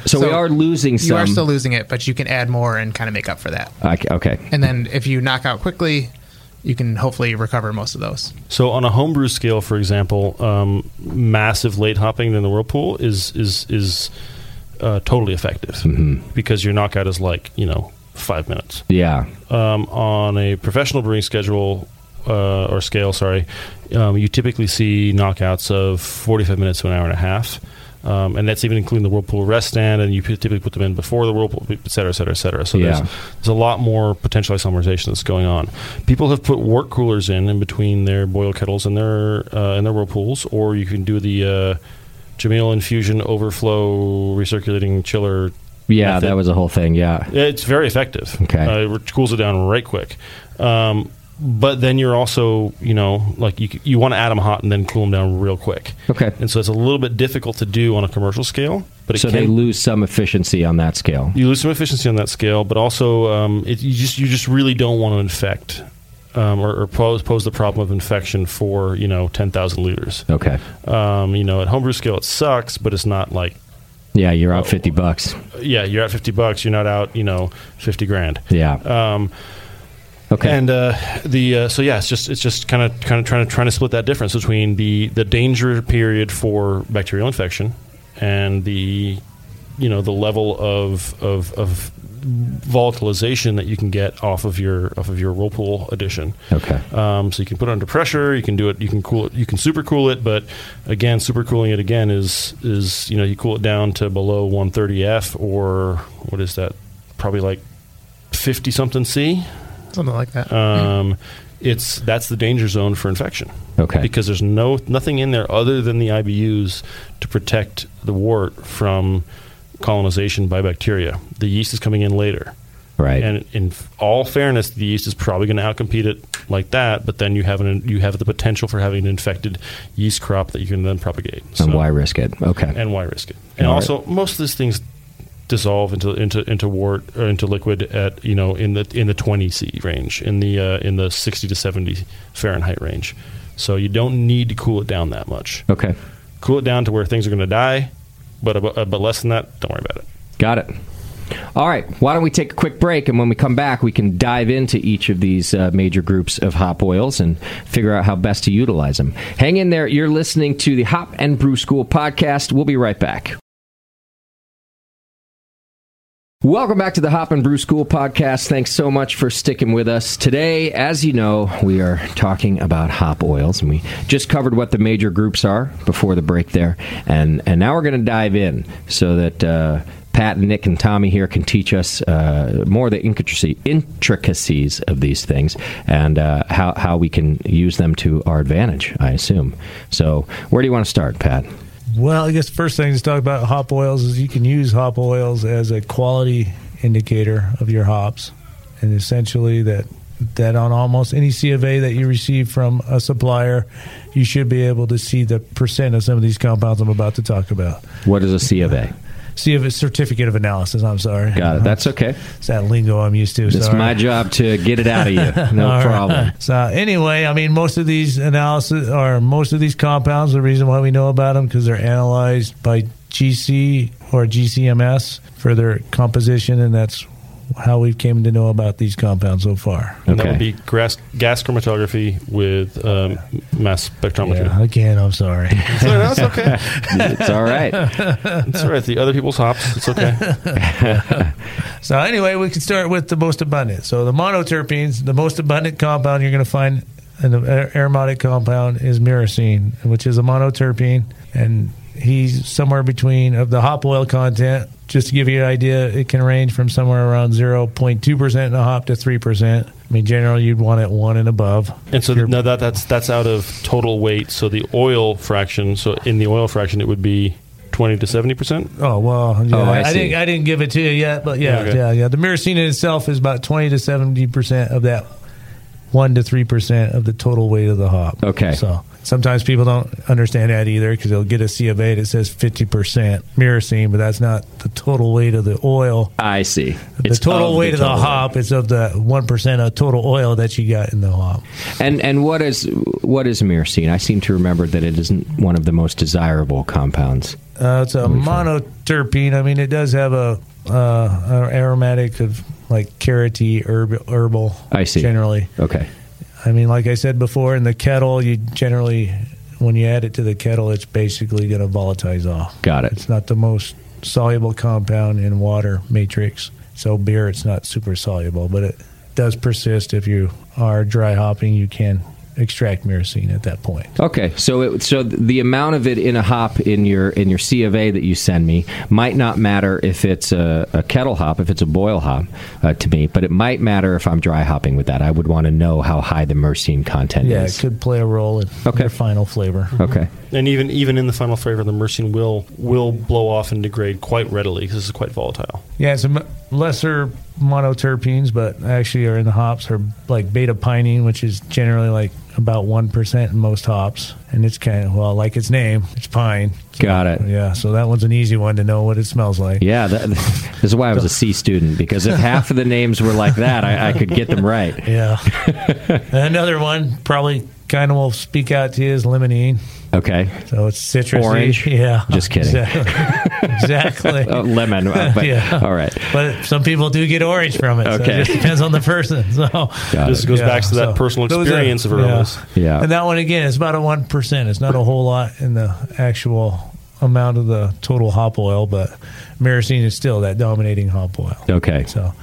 Speaker 1: So, we are losing some.
Speaker 4: You are still losing it, but you can add more and kind of make up for that.
Speaker 1: Okay, okay.
Speaker 4: And then if you knock out quickly, you can hopefully recover most of those.
Speaker 2: So on a homebrew scale, for example, um, massive late hopping in the whirlpool is is is uh, totally effective
Speaker 4: Mm-hmm.
Speaker 2: because your knockout is like you know five minutes.
Speaker 1: Yeah.
Speaker 2: um, on a professional brewing schedule uh, or scale, sorry, um, you typically see knockouts of 45 minutes to an hour and a half. Um, and that's even including the whirlpool rest stand, and you typically put them in before the whirlpool, et cetera, et cetera, et cetera. So
Speaker 1: Yeah.
Speaker 2: there's, there's a lot more potential isomerization that's going on. People have put wort coolers in in between their boil kettles and their uh, and their whirlpools, or you can do the uh, Jamil infusion overflow recirculating chiller
Speaker 1: Yeah,
Speaker 2: method.
Speaker 1: that was a whole thing. Yeah.
Speaker 2: it's very effective.
Speaker 1: Okay.
Speaker 2: uh, it cools it down right quick. Um, but then you're also, you know, like you you want to add them hot and then cool them down real quick.
Speaker 1: Okay.
Speaker 2: And so it's a little bit difficult to do on a commercial scale, but it
Speaker 1: So
Speaker 2: can,
Speaker 1: they lose some efficiency on that scale.
Speaker 2: you lose some efficiency on that scale, but also um, it, you just you just really don't want to infect um, or, or pose pose the problem of infection for you know ten thousand liters.
Speaker 1: Okay.
Speaker 2: Um, you know, at homebrew scale it sucks, but it's not like
Speaker 1: Yeah, you're
Speaker 2: Oh.
Speaker 1: out 50 bucks.
Speaker 2: yeah, you're at fifty bucks, you're not out you know fifty grand.
Speaker 1: Yeah.
Speaker 2: Um,
Speaker 1: Okay.
Speaker 2: And uh, the uh, so yeah, it's just it's just kind of kind of trying to trying to split that difference between the the danger period for bacterial infection and the you know the level of of, of volatilization that you can get off of your off of your whirlpool addition.
Speaker 1: Okay.
Speaker 2: Um, so you can put it under pressure. You can do it. You can cool it. You can super cool it. But again, super cooling it again is is you know you cool it down to below 130 F or what is that? Probably like 50 something C
Speaker 4: Something like that.
Speaker 2: um, it's that's the danger zone for infection.
Speaker 1: Okay.
Speaker 2: Because there's no nothing in there other than the IBUs to protect the wort from colonization by bacteria. The yeast is coming in later.
Speaker 1: Right.
Speaker 2: And in f- all fairness, the yeast is probably going to outcompete it like that. But then you have an you have the potential for having an infected yeast crop that you can then propagate.
Speaker 1: and
Speaker 2: So-
Speaker 1: why risk it? Okay.
Speaker 2: and why risk it? And
Speaker 1: All right.
Speaker 2: also, most of these things dissolve into into into wort or into liquid at you know in the in the 20 C range, in the uh, in the 60 to 70 Fahrenheit range. So you don't need to cool it down that much.
Speaker 1: okay.
Speaker 2: Cool it down to where things are going to die, but abo- uh, but less than that, don't worry about it.
Speaker 1: Got it. All right. Why don't we take a quick break? And when we come back, we can dive into each of these uh, major groups of hop oils and figure out how best to utilize them. Hang in there. You're listening to the Hop and Brew School podcast. We'll be right back. Welcome back to the Hop and Brew School podcast. Thanks so much for sticking with us. Today, as you know, we are talking about hop oils, and we just covered what the major groups are before the break there. And, and now we're going to dive in so that uh, Pat, Nick, and Tommy here can teach us uh, more of the intricacy, intricacies of these things and uh, how, how we can use them to our advantage, I assume. So, where do you want to start, Pat?
Speaker 3: Well, I guess the first thing to talk about hop oils is you can use hop oils as a quality indicator of your hops, and essentially that that on almost any C of A that you receive from a supplier, you should be able to see the percent of some of these compounds I'm about to talk about.
Speaker 1: What is a C of A?
Speaker 3: C of A certificate of analysis. I'm sorry.
Speaker 1: Got it. That's okay.
Speaker 3: It's that lingo I'm used to.
Speaker 1: It's
Speaker 3: sorry.
Speaker 1: my job to get it out of
Speaker 3: <laughs>
Speaker 1: you.
Speaker 3: All
Speaker 1: No
Speaker 3: right.
Speaker 1: problem.
Speaker 3: So anyway, I mean, most of these analysis or most of these compounds, the reason why we know about them because they're analyzed by GC or GCMS for their composition, and that's how we've came to know about these compounds so far.
Speaker 2: And
Speaker 1: Okay.
Speaker 2: that would be grass, gas chromatography with um, mass spectrometry.
Speaker 3: Yeah, again, I'm sorry.
Speaker 2: So
Speaker 4: <laughs>
Speaker 2: that's okay.
Speaker 1: It's all right.
Speaker 2: It's all right. The other people's hops.
Speaker 1: <laughs>
Speaker 2: It's okay.
Speaker 3: so anyway, we can start with the most abundant. So the monoterpenes, the most abundant compound you're going to find in the a- aromatic compound is myrcene, which is a monoterpene, and he's somewhere between of the hop oil content. Just to give you an idea, it can range from somewhere around 0.2% in a hop to 3%. I mean, generally, you'd want it one and above.
Speaker 2: And so no, that that's that's out of total weight. So the oil fraction. So in the oil fraction, it would be twenty to seventy percent.
Speaker 3: Oh well, yeah.
Speaker 1: Oh, I
Speaker 3: I,
Speaker 1: see.
Speaker 3: didn't. I didn't give it to you yet, but yeah,
Speaker 2: Yeah, okay.
Speaker 3: yeah, yeah. The myrcene itself is about twenty to seventy percent of that one to three percent of the total weight of the hop.
Speaker 1: Okay.
Speaker 3: So sometimes people don't understand that either because they'll get a C of A that says fifty percent myrcene, but that's not the total weight of the oil.
Speaker 1: I see.
Speaker 3: the total weight of the
Speaker 1: total
Speaker 3: hop is of the one percent of total oil that you got in the hop.
Speaker 1: weight. And and what is what is myrcene? I seem to remember that it isn't one of the most desirable compounds.
Speaker 3: Uh, it's a monoterpene. I mean, it does have a uh, a aromatic of like carroty herb, herbal.
Speaker 1: I see.
Speaker 3: Generally,
Speaker 1: Okay.
Speaker 3: I mean, like I said before, in the kettle, you generally when you add it to the kettle, it's basically going to volatilize off.
Speaker 1: Got it.
Speaker 3: It's not the most soluble compound in water matrix. So beer, it's not super soluble, but it does persist. If you are dry hopping, you can extract myrcene at that point.
Speaker 1: Okay. So it so the amount of it in a hop in your in your C of A that you send me might not matter if it's a, a kettle hop, if it's a boil hop uh, to me, but it might matter if I'm dry hopping with that. I would want to know how high the myrcene content
Speaker 3: Yeah,
Speaker 1: is.
Speaker 3: it could play a role in
Speaker 1: Okay.
Speaker 3: your final flavor.
Speaker 1: Okay.
Speaker 2: And even even in the final flavor, the myrcene will will blow off and degrade quite readily because it's quite volatile.
Speaker 3: Yeah, some lesser monoterpenes, but actually are in the hops are like beta pinene, which is generally like about one percent in most hops, and it's kind of well, like its name, it's pine.
Speaker 1: Got it.
Speaker 3: Yeah, so that one's an easy one to know what it smells like.
Speaker 1: Yeah, that, <laughs> this is why I was a C student because if half of the names were like that, I, I could get them right.
Speaker 3: Yeah. <laughs> Another one probably kind of will speak out to you is limonene.
Speaker 1: Okay,
Speaker 3: So it's citrusy.
Speaker 1: Orange?
Speaker 3: <laughs> Yeah.
Speaker 1: Just kidding.
Speaker 3: Exactly. <laughs> exactly.
Speaker 1: <laughs> oh, lemon. uh, But,
Speaker 3: Yeah.
Speaker 1: All right.
Speaker 3: But some people do get orange from it. So
Speaker 1: Okay.
Speaker 3: it just depends on the person. <laughs> So
Speaker 1: Got
Speaker 2: This
Speaker 1: it.
Speaker 2: goes
Speaker 3: Yeah,
Speaker 2: back to that
Speaker 3: so
Speaker 2: personal
Speaker 3: those are-
Speaker 2: experience of
Speaker 3: yeah.
Speaker 2: aromas.
Speaker 1: Yeah.
Speaker 3: And that one again is about a one percent. It's not a whole lot in the actual amount of the total hop oil, but myrcene is still that dominating hop oil.
Speaker 1: Okay.
Speaker 3: So,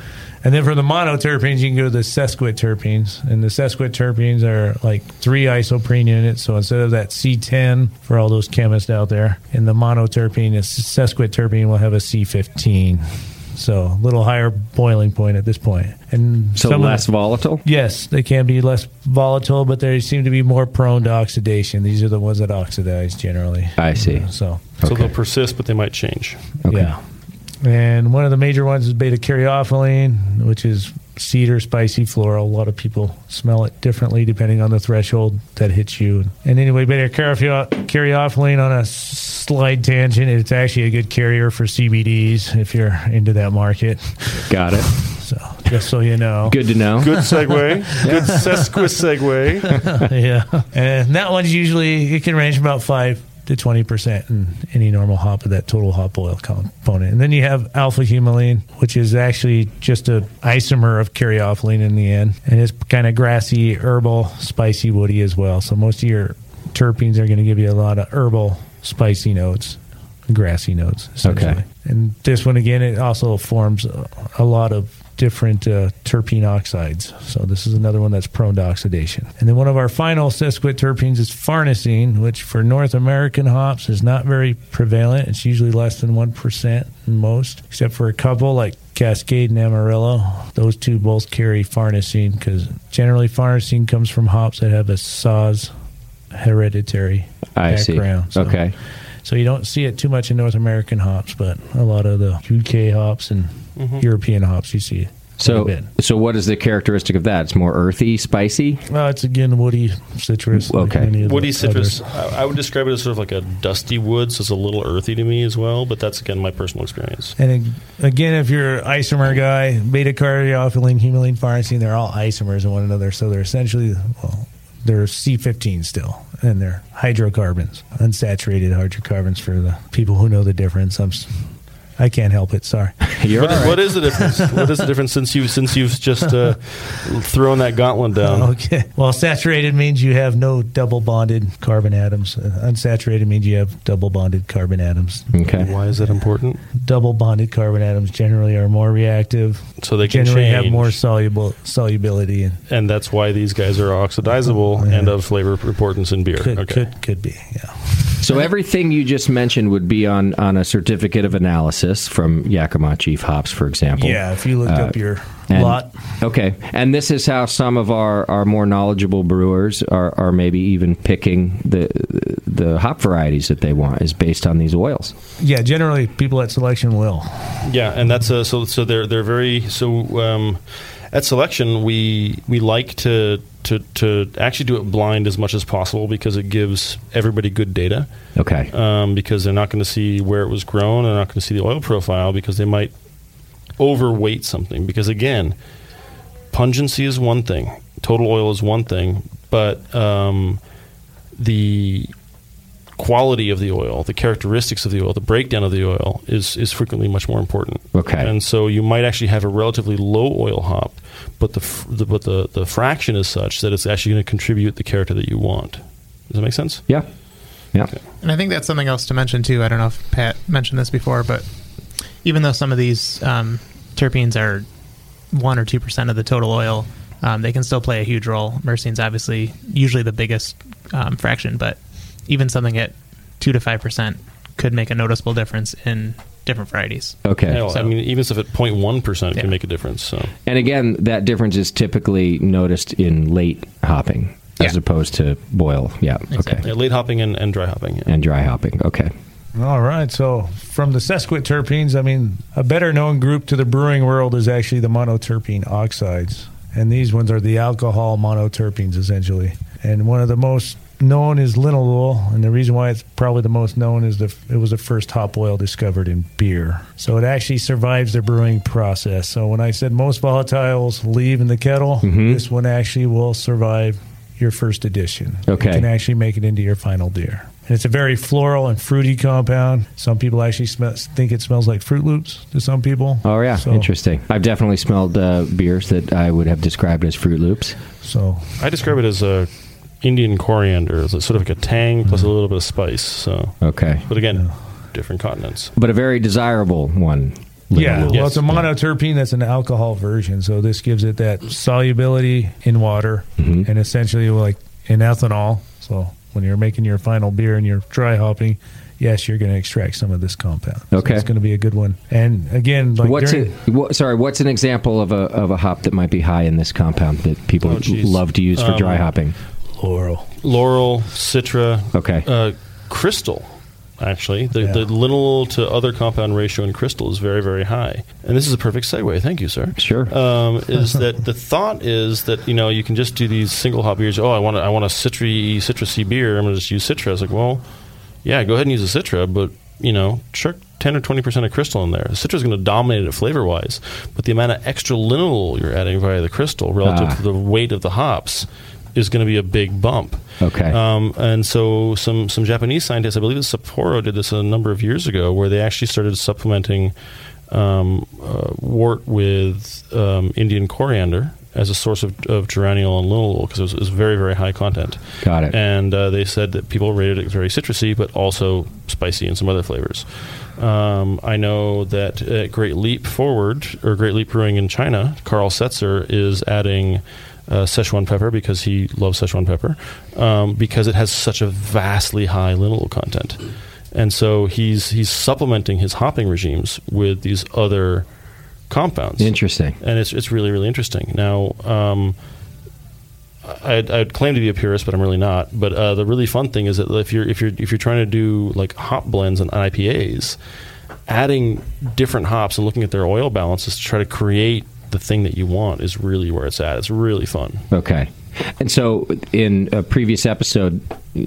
Speaker 3: and then for the monoterpenes, you can go to the sesquiterpenes, and the sesquiterpenes are like three isoprene units. So instead of that C10 for all those chemists out there, and the monoterpene, is sesquiterpene will have a C15. So a little higher boiling point at this point. And
Speaker 1: So
Speaker 3: some of
Speaker 1: less
Speaker 3: the-
Speaker 1: volatile.
Speaker 3: Yes, they can be less volatile, but they seem to be more prone to oxidation. These are the ones that oxidize generally.
Speaker 1: I see.
Speaker 3: So,
Speaker 2: So
Speaker 1: Okay.
Speaker 2: they'll persist, but they might change.
Speaker 1: Okay.
Speaker 3: yeah. And one of the major ones is beta caryophyllene, which is cedar, spicy, floral. A lot of people smell it differently depending on the threshold that hits you. And anyway, beta caryophy- caryophyllene on a s- slight tangent, it's actually a good carrier for CBDs if you're into that market. <laughs>
Speaker 1: Got it.
Speaker 3: So, just so you know.
Speaker 1: Good to know.
Speaker 2: Good <laughs> segue. Good sesquisegue. <laughs>
Speaker 3: yeah. And that one's usually, it can range from about 5 to 20% in any normal hop of that total hop oil component. And then you have alpha humulene, which is actually just a isomer of caryophyllene in the end. And it's kind of grassy, herbal, spicy, woody as well. So most of your terpenes are going to give you a lot of herbal, spicy notes, grassy notes. essentially.
Speaker 1: Okay.
Speaker 3: And this one, again, it also forms a, a lot of different uh, terpene oxides. So this is another one that's prone to oxidation. And then one of our final sesquiterpenes is farnesene, which for North American hops is not very prevalent. It's usually less than 1% in most, except for a couple like Cascade and Amarillo. Those two both carry farnesene because generally farnesene comes from hops that have a Saz hereditary
Speaker 1: I see.
Speaker 3: background. so-
Speaker 1: Okay.
Speaker 3: so you don't see it too much in North American hops, but a lot of the UK hops and
Speaker 2: Mm-hmm.
Speaker 3: European hops you see. quite a
Speaker 1: So,
Speaker 3: bit.
Speaker 1: so what is the characteristic of that? It's more earthy,
Speaker 3: <laughs>
Speaker 1: spicy.
Speaker 3: well, it's again woody citrus. like
Speaker 1: Okay.
Speaker 3: many of the
Speaker 2: Woody citrus.
Speaker 3: others.
Speaker 2: I, I would describe it as sort of like a dusty wood, so it's a little earthy to me as well. But that's again my personal experience.
Speaker 3: And ag- again, if you're an isomer guy, beta caryophyllene, humulene, farnesene, they're all isomers of one another. So they're essentially, well, they're C15 still, and they're hydrocarbons, unsaturated hydrocarbons for the people who know the difference. I'm, s- I can't help it. Sorry.
Speaker 1: You're
Speaker 2: What,
Speaker 1: all right.
Speaker 2: what is the difference? what is the difference since you since you've just uh, thrown that gauntlet down?
Speaker 1: Oh,
Speaker 3: Okay. Well, saturated means you have no double bonded carbon atoms. Uh, unsaturated means you have double bonded carbon atoms.
Speaker 1: Okay.
Speaker 2: Why is that important?
Speaker 3: Double bonded carbon atoms generally are more reactive.
Speaker 2: So they can
Speaker 3: generally
Speaker 2: change,
Speaker 3: have more soluble solubility and
Speaker 2: and that's why these guys are
Speaker 1: Oh,
Speaker 2: oxidizable
Speaker 3: Yeah.
Speaker 2: and of flavor importance in beer.
Speaker 3: could
Speaker 2: okay.
Speaker 3: could could be. Yeah.
Speaker 1: So everything you just mentioned would be on on a certificate of analysis from Yakima Chief Hops, for example.
Speaker 3: Yeah. If you looked
Speaker 1: Uh,
Speaker 3: up your
Speaker 1: And-
Speaker 3: lot,
Speaker 1: Okay. And this is how some of our, our more knowledgeable brewers are, are maybe even picking the the hop varieties that they want is based on these oils.
Speaker 3: yeah. Generally, people at selection will.
Speaker 2: Yeah, and that's a, so so they're they're very so um, at selection we we like to to to actually do it blind as much as possible because it gives everybody good data
Speaker 1: Okay.
Speaker 2: um, because they're not going to see where it was grown, they're not going to see the oil profile because they might overweight something because again, pungency is one thing, total oil is one thing, but um, the quality of the oil, the characteristics of the oil, the breakdown of the oil is is frequently much more important.
Speaker 1: Okay.
Speaker 2: and so you might actually have a relatively low oil hop, but the, f- the but the the fraction is such that it's actually going to contribute the character that you want. Does that make sense?
Speaker 1: Yeah. Yeah.
Speaker 4: And I think that's something else to mention too. I don't know if Pat mentioned this before, but even though some of these um, terpenes are one or two percent of the total oil, um, they can still play a huge role. Mercene's obviously usually the biggest um, fraction, but even something at two to five percent could make a noticeable difference in different varieties.
Speaker 1: Okay.
Speaker 2: Hell, I
Speaker 4: So-
Speaker 2: mean, even if at 0.1%
Speaker 4: Yeah.
Speaker 2: can make a difference. So
Speaker 1: And again, that difference is typically noticed in late hopping as
Speaker 4: Yeah.
Speaker 1: opposed to boil. Yeah.
Speaker 4: Exactly.
Speaker 1: Okay.
Speaker 2: yeah, late hopping and, and dry hopping. Yeah.
Speaker 1: And dry hopping. Okay.
Speaker 3: All right. So from the sesquiterpenes, I mean, a better known group to the brewing world is actually the monoterpene oxides. And these ones are the alcohol monoterpenes, essentially. And one of the most known is linalool. And the reason why it's probably the most known is the, it was the first hop oil discovered in beer. So it actually survives the brewing process. So when I said most volatiles leave in the kettle, this one actually will survive your first edition.
Speaker 1: Okay.
Speaker 3: It can actually make it into your final beer. And it's a very floral and fruity compound. Some people actually smell, think it smells like Fruit Loops to some people.
Speaker 1: Oh yeah,
Speaker 3: So-
Speaker 1: interesting. I've definitely smelled uh, beers that I would have described as Fruit Loops.
Speaker 3: So,
Speaker 2: I describe it as a Indian coriander. It's sort of like a tang plus a little bit of spice. So,
Speaker 1: Okay,
Speaker 2: but again, different continents.
Speaker 1: but a very desirable one.
Speaker 3: yeah.
Speaker 1: Linalool.
Speaker 3: Well, it's a monoterpene that's an alcohol version. So, this gives it that solubility in water
Speaker 1: Mm-hmm.
Speaker 3: and essentially like in ethanol. So, when you're making your final beer and you're dry hopping, yes, you're going to extract some of this compound. So
Speaker 1: Okay.
Speaker 3: it's going to be a good one. And again, like
Speaker 1: what's
Speaker 3: during-
Speaker 1: a, what, sorry? What's an example of a of a hop that might be high in this compound that people
Speaker 2: Oh, jeez.
Speaker 1: love to use for dry
Speaker 2: Um,
Speaker 1: hopping?
Speaker 3: Laurel.
Speaker 2: Laurel, Citra.
Speaker 1: Okay.
Speaker 2: Uh, crystal, actually. The,
Speaker 3: Yeah.
Speaker 2: the lineal to other compound ratio in crystal is very, very high. And this is a perfect segue. Thank you, sir.
Speaker 1: Sure.
Speaker 2: Um,
Speaker 1: <laughs>
Speaker 2: is that the thought is that, you know, you can just do these single hop beers. Oh, I want, a, I want a citry, citrusy beer. I'm going to just use Citra. It's like, well, yeah, go ahead and use a Citra, but, you know, chuck 10 or 20% of crystal in there. The Citra's going to dominate it flavor wise, but the amount of extra lineal you're adding via the crystal relative
Speaker 1: Ah.
Speaker 2: to the weight of the hops is going to be a big bump.
Speaker 1: Okay.
Speaker 2: Um, and so some some Japanese scientists, I believe it's Sapporo, did this a number of years ago, where they actually started supplementing um, uh, wort with um, Indian coriander as a source of, of geraniol and linalool because it, was- it was very very high content.
Speaker 1: Got it.
Speaker 2: And uh, they said that people rated it very citrusy, but also spicy and some other flavors. Um, I know that at Great Leap Forward or Great Leap Brewing in China, Carl Setzer is adding uh, Szechuan pepper because he loves Szechuan pepper um, because it has such a vastly high linalool content, and so he's he's supplementing his hopping regimes with these other compounds
Speaker 1: Interesting.
Speaker 2: and it's it's really really interesting. Now, um, I'd, I'd claim to be a purist, but I'm really not. But uh, the really fun thing is that if you're if you're if you're trying to do like hop blends and IPAs, adding different hops and looking at their oil balances to try to create the thing that you want is really where it's at. It's really fun.
Speaker 1: Okay. And so, in a previous episode,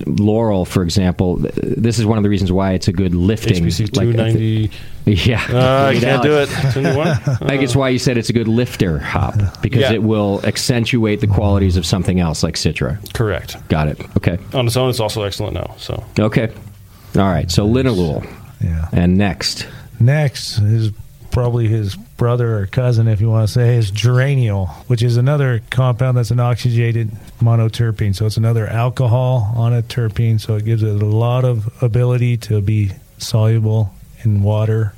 Speaker 1: Laurel, for example, th- this is one of the reasons why it's a good lifting.
Speaker 2: HPC
Speaker 1: like,
Speaker 2: two ninety.
Speaker 1: <laughs> yeah.
Speaker 2: Uh, I
Speaker 1: Wait,
Speaker 2: can't
Speaker 1: Alex. <laughs>
Speaker 2: do it. 291?
Speaker 1: I think it's why you said it's a good lifter hop because
Speaker 2: Yeah.
Speaker 1: it will accentuate the qualities of something else like Citra.
Speaker 2: Correct.
Speaker 1: Got it. Okay.
Speaker 2: On its own, it's also excellent now. So
Speaker 1: Okay. All right. So linalool.
Speaker 3: Yeah.
Speaker 1: And next.
Speaker 3: Next is probably his brother or cousin, if you want to say, is geraniol, which is another compound that's an oxygenated monoterpene. So it's another alcohol on a terpene. So it gives it a lot of ability to be soluble in water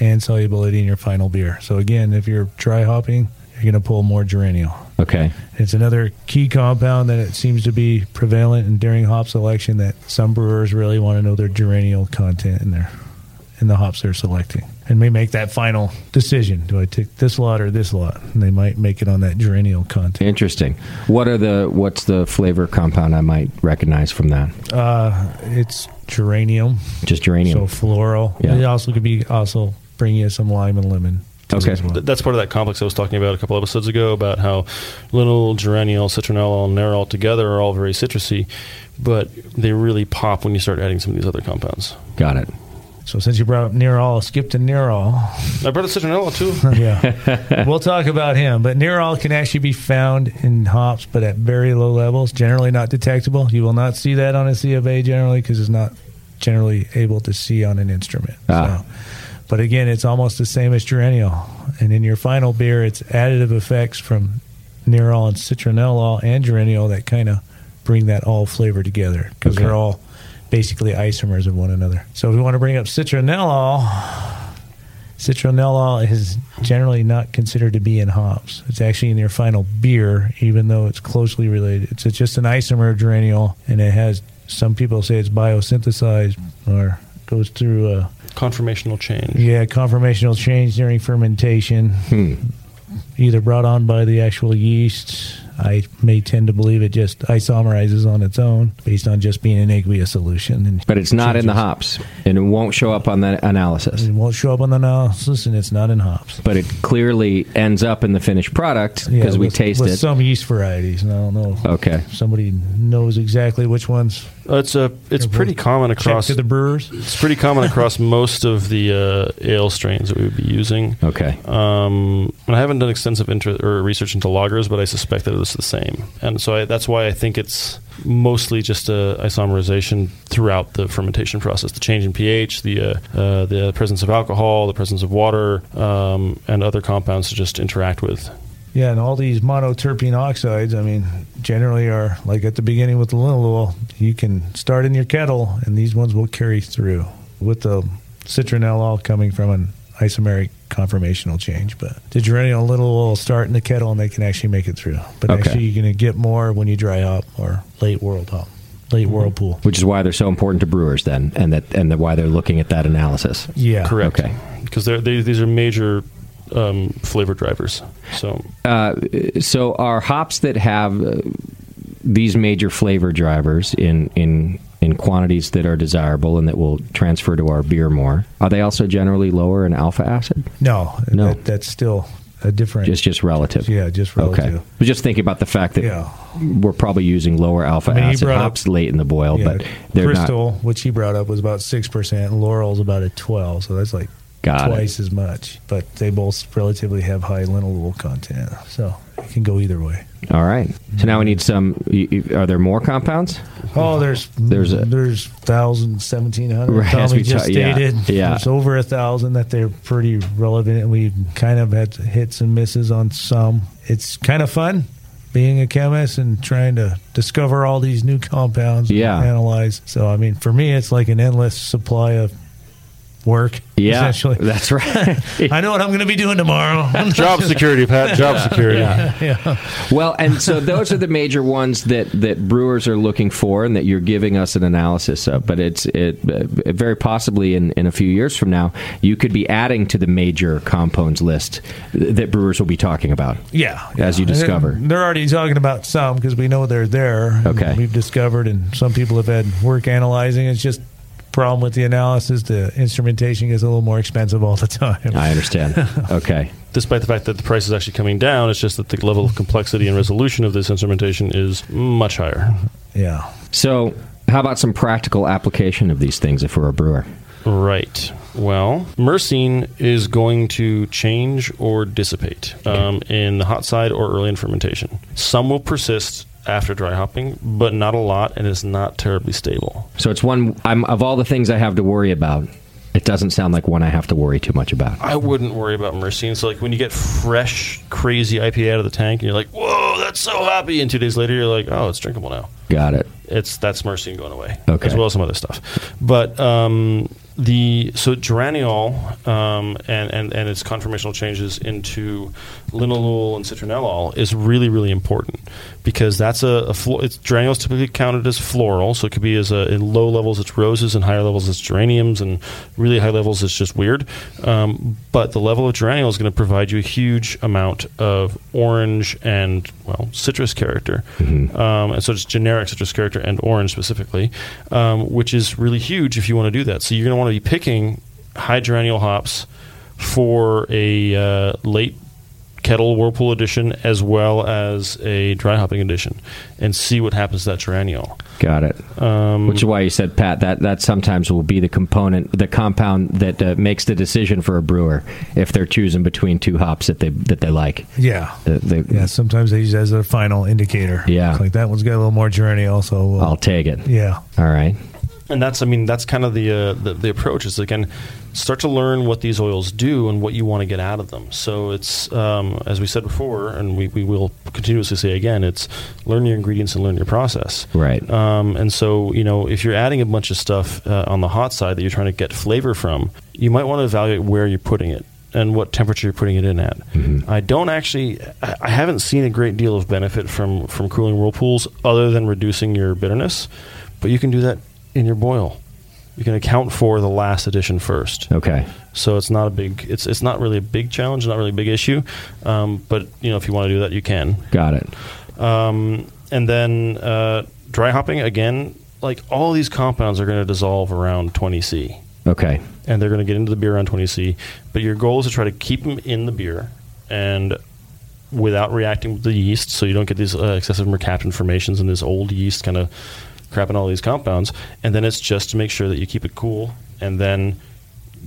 Speaker 3: and solubility in your final beer. So again, if you're dry hopping, you're going to pull more geraniol.
Speaker 1: Okay.
Speaker 3: It's another key compound that it seems to be prevalent in during hop selection that some brewers really want to know their geraniol content in their in the hops they're selecting. And may make that final decision. Do I take this lot or this lot? And they might make it on that geraniol content.
Speaker 1: Interesting. What are the what's the flavor compound I might recognize from that?
Speaker 3: Uh, it's geranium,
Speaker 1: Just geranium.
Speaker 3: so floral.
Speaker 1: Yeah.
Speaker 3: It also could be also bring you some lime and lemon. to
Speaker 1: Okay.
Speaker 3: it as well.
Speaker 2: Th- that's part of that complex I was talking about a couple episodes ago about how linyl, geraniol, citronella, and nerol together are all very citrusy, but they really pop when you start adding some of these other compounds.
Speaker 1: Got it.
Speaker 3: So since you brought up Nerol, I'll skip to Nerol.
Speaker 2: I brought up citronella too.
Speaker 3: yeah. <laughs> we'll talk about him. But nerol can actually be found in hops, but at very low levels, generally not detectable. You will not see that on a C of A generally because it's not generally able to see on an instrument.
Speaker 1: Ah.
Speaker 3: So, but again, it's almost the same as geraniol. And in your final beer, it's additive effects from nerol and citronellol and geraniol that kind of bring that all flavor together because
Speaker 1: Okay.
Speaker 3: they're all basically isomers of one another. So if we want to bring up citronellol, Citronellol is generally not considered to be in hops. It's actually in your final beer, even though it's closely related. It's just an isomer of geraniol, and it has some people say it's biosynthesized or goes through a
Speaker 2: Conformational change.
Speaker 3: yeah conformational change during fermentation,
Speaker 1: Hmm.
Speaker 3: either brought on by the actual yeast. I may tend to believe it just isomerizes on its own based on just being an aqueous solution. And
Speaker 1: But it's not in the
Speaker 3: changes. Mm.
Speaker 1: hops and it won't show up on the analysis.
Speaker 3: It won't show up on the analysis, and it's not in hops.
Speaker 1: But it clearly ends up in the finished product because we
Speaker 3: with-
Speaker 1: taste
Speaker 3: with
Speaker 1: it.
Speaker 3: some yeast varieties, and I don't know.
Speaker 1: Okay.
Speaker 3: if somebody knows exactly which ones.
Speaker 2: Uh, It's a it's
Speaker 3: Yeah,
Speaker 2: pretty
Speaker 3: we'll
Speaker 2: common
Speaker 3: Check
Speaker 2: across
Speaker 3: to the brewers.
Speaker 2: it's pretty common across most of the uh, ale strains that we would be using.
Speaker 1: Okay.
Speaker 2: Um, and I haven't done extensive inter- or research into loggers, but I suspect that it's the same. And so I, that's why I think it's mostly just a isomerization throughout the fermentation process. The change in pH, the uh, uh, the presence of alcohol, the presence of water, um, and other compounds to just interact with.
Speaker 3: Yeah, and all these monoterpene oxides, I mean, generally are like at the beginning with the linalool, you can start in your kettle, and these ones will carry through with the citronellol coming from an isomeric conformational change. But the geraniol linalool will start in the kettle, and they can actually make it through. But
Speaker 1: Okay.
Speaker 3: actually, you're going to get more when you dry hop or late world hop.
Speaker 1: Mm-hmm.
Speaker 3: late whirlpool.
Speaker 1: Which is why they're so important to brewers then, and that and that why they're looking at that analysis.
Speaker 3: Yeah,
Speaker 2: Correct.
Speaker 1: Okay.
Speaker 2: Because they're they, these are major um, flavor drivers. So
Speaker 1: Uh, so are hops that have uh, these major flavor drivers in in in quantities that are desirable and that will transfer to our beer more. Are they also generally lower in alpha acid?
Speaker 3: No,
Speaker 1: No.
Speaker 3: that, that's still a different.
Speaker 1: Just just relative.
Speaker 3: yeah, just relative.
Speaker 1: Okay. But just thinking about the fact that
Speaker 3: Yeah.
Speaker 1: we're probably using lower alpha
Speaker 3: I mean, he
Speaker 1: acid
Speaker 3: brought up-
Speaker 1: hops late in the boil,
Speaker 3: Yeah,
Speaker 1: Oh, but they're not.
Speaker 3: Crystal, which he brought up, was about six percent. Laurel's about a twelve, so that's like
Speaker 1: Got it.
Speaker 3: twice as much. But they both relatively have high linalool content, so it can go either way.
Speaker 1: All right. So now we need some. y- y- Are there more compounds?
Speaker 3: Oh, there's
Speaker 1: There's
Speaker 3: there's
Speaker 1: a-
Speaker 3: there's thousand seventeen hundred.
Speaker 1: Right, as
Speaker 3: Tommy
Speaker 1: we
Speaker 3: just
Speaker 1: ta- yeah,
Speaker 3: stated.
Speaker 1: yeah.
Speaker 3: There's over a thousand that they're pretty relevant, and we kind of had hits and misses on some. It's kind of fun being a chemist and trying to discover all these new compounds. and
Speaker 1: Yeah.
Speaker 3: analyze. So I mean, for me, it's like an endless supply of work.
Speaker 1: Yeah,
Speaker 3: essentially.
Speaker 1: <laughs> that's
Speaker 3: <laughs>
Speaker 1: right.
Speaker 3: I know what I'm going to be doing tomorrow.
Speaker 2: <laughs>
Speaker 3: <laughs>
Speaker 2: job security, <laughs> Pat. Job security.
Speaker 3: yeah.
Speaker 1: Well, and so those are the major ones that, that brewers are looking for, and that you're giving us an analysis of. But it's it, uh, very possibly in, in a few years from now, you could be adding to the major compounds list that brewers will be talking about.
Speaker 3: Yeah,
Speaker 1: As
Speaker 3: yeah.
Speaker 1: you discover.
Speaker 3: they're already talking about some because we know they're there. and
Speaker 1: Okay.
Speaker 3: we've discovered, and some people have had work analyzing. It's just problem with the analysis. The instrumentation gets a little more expensive all the time.
Speaker 1: I understand. Okay,
Speaker 2: Despite the fact that the price is actually coming down, it's just that the level of complexity and resolution of this instrumentation is much higher.
Speaker 3: <laughs> yeah,
Speaker 1: so how about some practical application of these things if we're a brewer?
Speaker 2: Right. Well, myrcene is going to change or dissipate um, in the hot side or early in fermentation. Some will persist after dry hopping, but not a lot, and it's not terribly stable.
Speaker 1: So it's one I'm, of all the things I have to worry about. It doesn't sound like one I have to worry too much about.
Speaker 2: I wouldn't worry about myrcene. So, like when you get fresh, crazy IPA out of the tank, and you're like, "Whoa, that's so happy!" and two days later, you're like, "Oh, it's drinkable now."
Speaker 1: Got it.
Speaker 2: it's that's myrcene going away,
Speaker 1: Okay.
Speaker 2: as well as some other stuff. But um, the so geraniol um, and, and and its conformational changes into linalool and citronellol is really really important because that's a, a flo- it's geraniol is typically counted as floral, so it could be as a, in low levels it's roses, and higher levels it's geraniums, and really high levels it's just weird. Um, but the level of geraniol is going to provide you a huge amount of orange and well citrus character um, and so it's generic citrus character and orange specifically, um, which is really huge if you want to do that. So you're going to want to be picking high geraniol hops for a uh, late kettle whirlpool edition as well as a dry hopping edition, and see what happens to that geraniol.
Speaker 1: Got it.
Speaker 2: Um,
Speaker 1: Which is why you said, Pat, that that sometimes will be the component, the compound that uh, makes the decision for a brewer if they're choosing between two hops that they that they like.
Speaker 3: yeah,
Speaker 1: The- the-
Speaker 3: yeah. Sometimes they use that as a final indicator.
Speaker 1: Yeah.
Speaker 3: It's like that one's got a little more journey. Also, we'll-
Speaker 1: I'll take it.
Speaker 3: yeah,
Speaker 1: All right.
Speaker 2: and that's I mean that's kind of the, uh, the the approach is again start to learn what these oils do and what you want to get out of them. So it's um, as we said before, and we, we will continuously say again, it's learn your ingredients and learn your process.
Speaker 1: Right.
Speaker 2: Um, and so you know if you're adding a bunch of stuff uh, on the hot side that you're trying to get flavor from, you might want to evaluate where you're putting it. And what temperature you're putting it in at? I don't actually. I I haven't seen a great deal of benefit from from cooling whirlpools other than reducing your bitterness, but you can do that in your boil. You can account for the last edition first.
Speaker 1: Okay.
Speaker 2: So it's not a big. It's it's not really a big challenge. Not really a big issue. Um, but you know, if you want to do that, you can.
Speaker 1: Got it.
Speaker 2: Um, and then uh, dry hopping again. Like all these compounds are going to dissolve around 20C,
Speaker 1: Okay.
Speaker 2: and they're going to get into the beer around 20C. But your goal is to try to keep them in the beer and without reacting with the yeast, so you don't get these uh, excessive mercaptan formations and this old yeast kind of crapping all these compounds. And then it's just to make sure that you keep it cool and then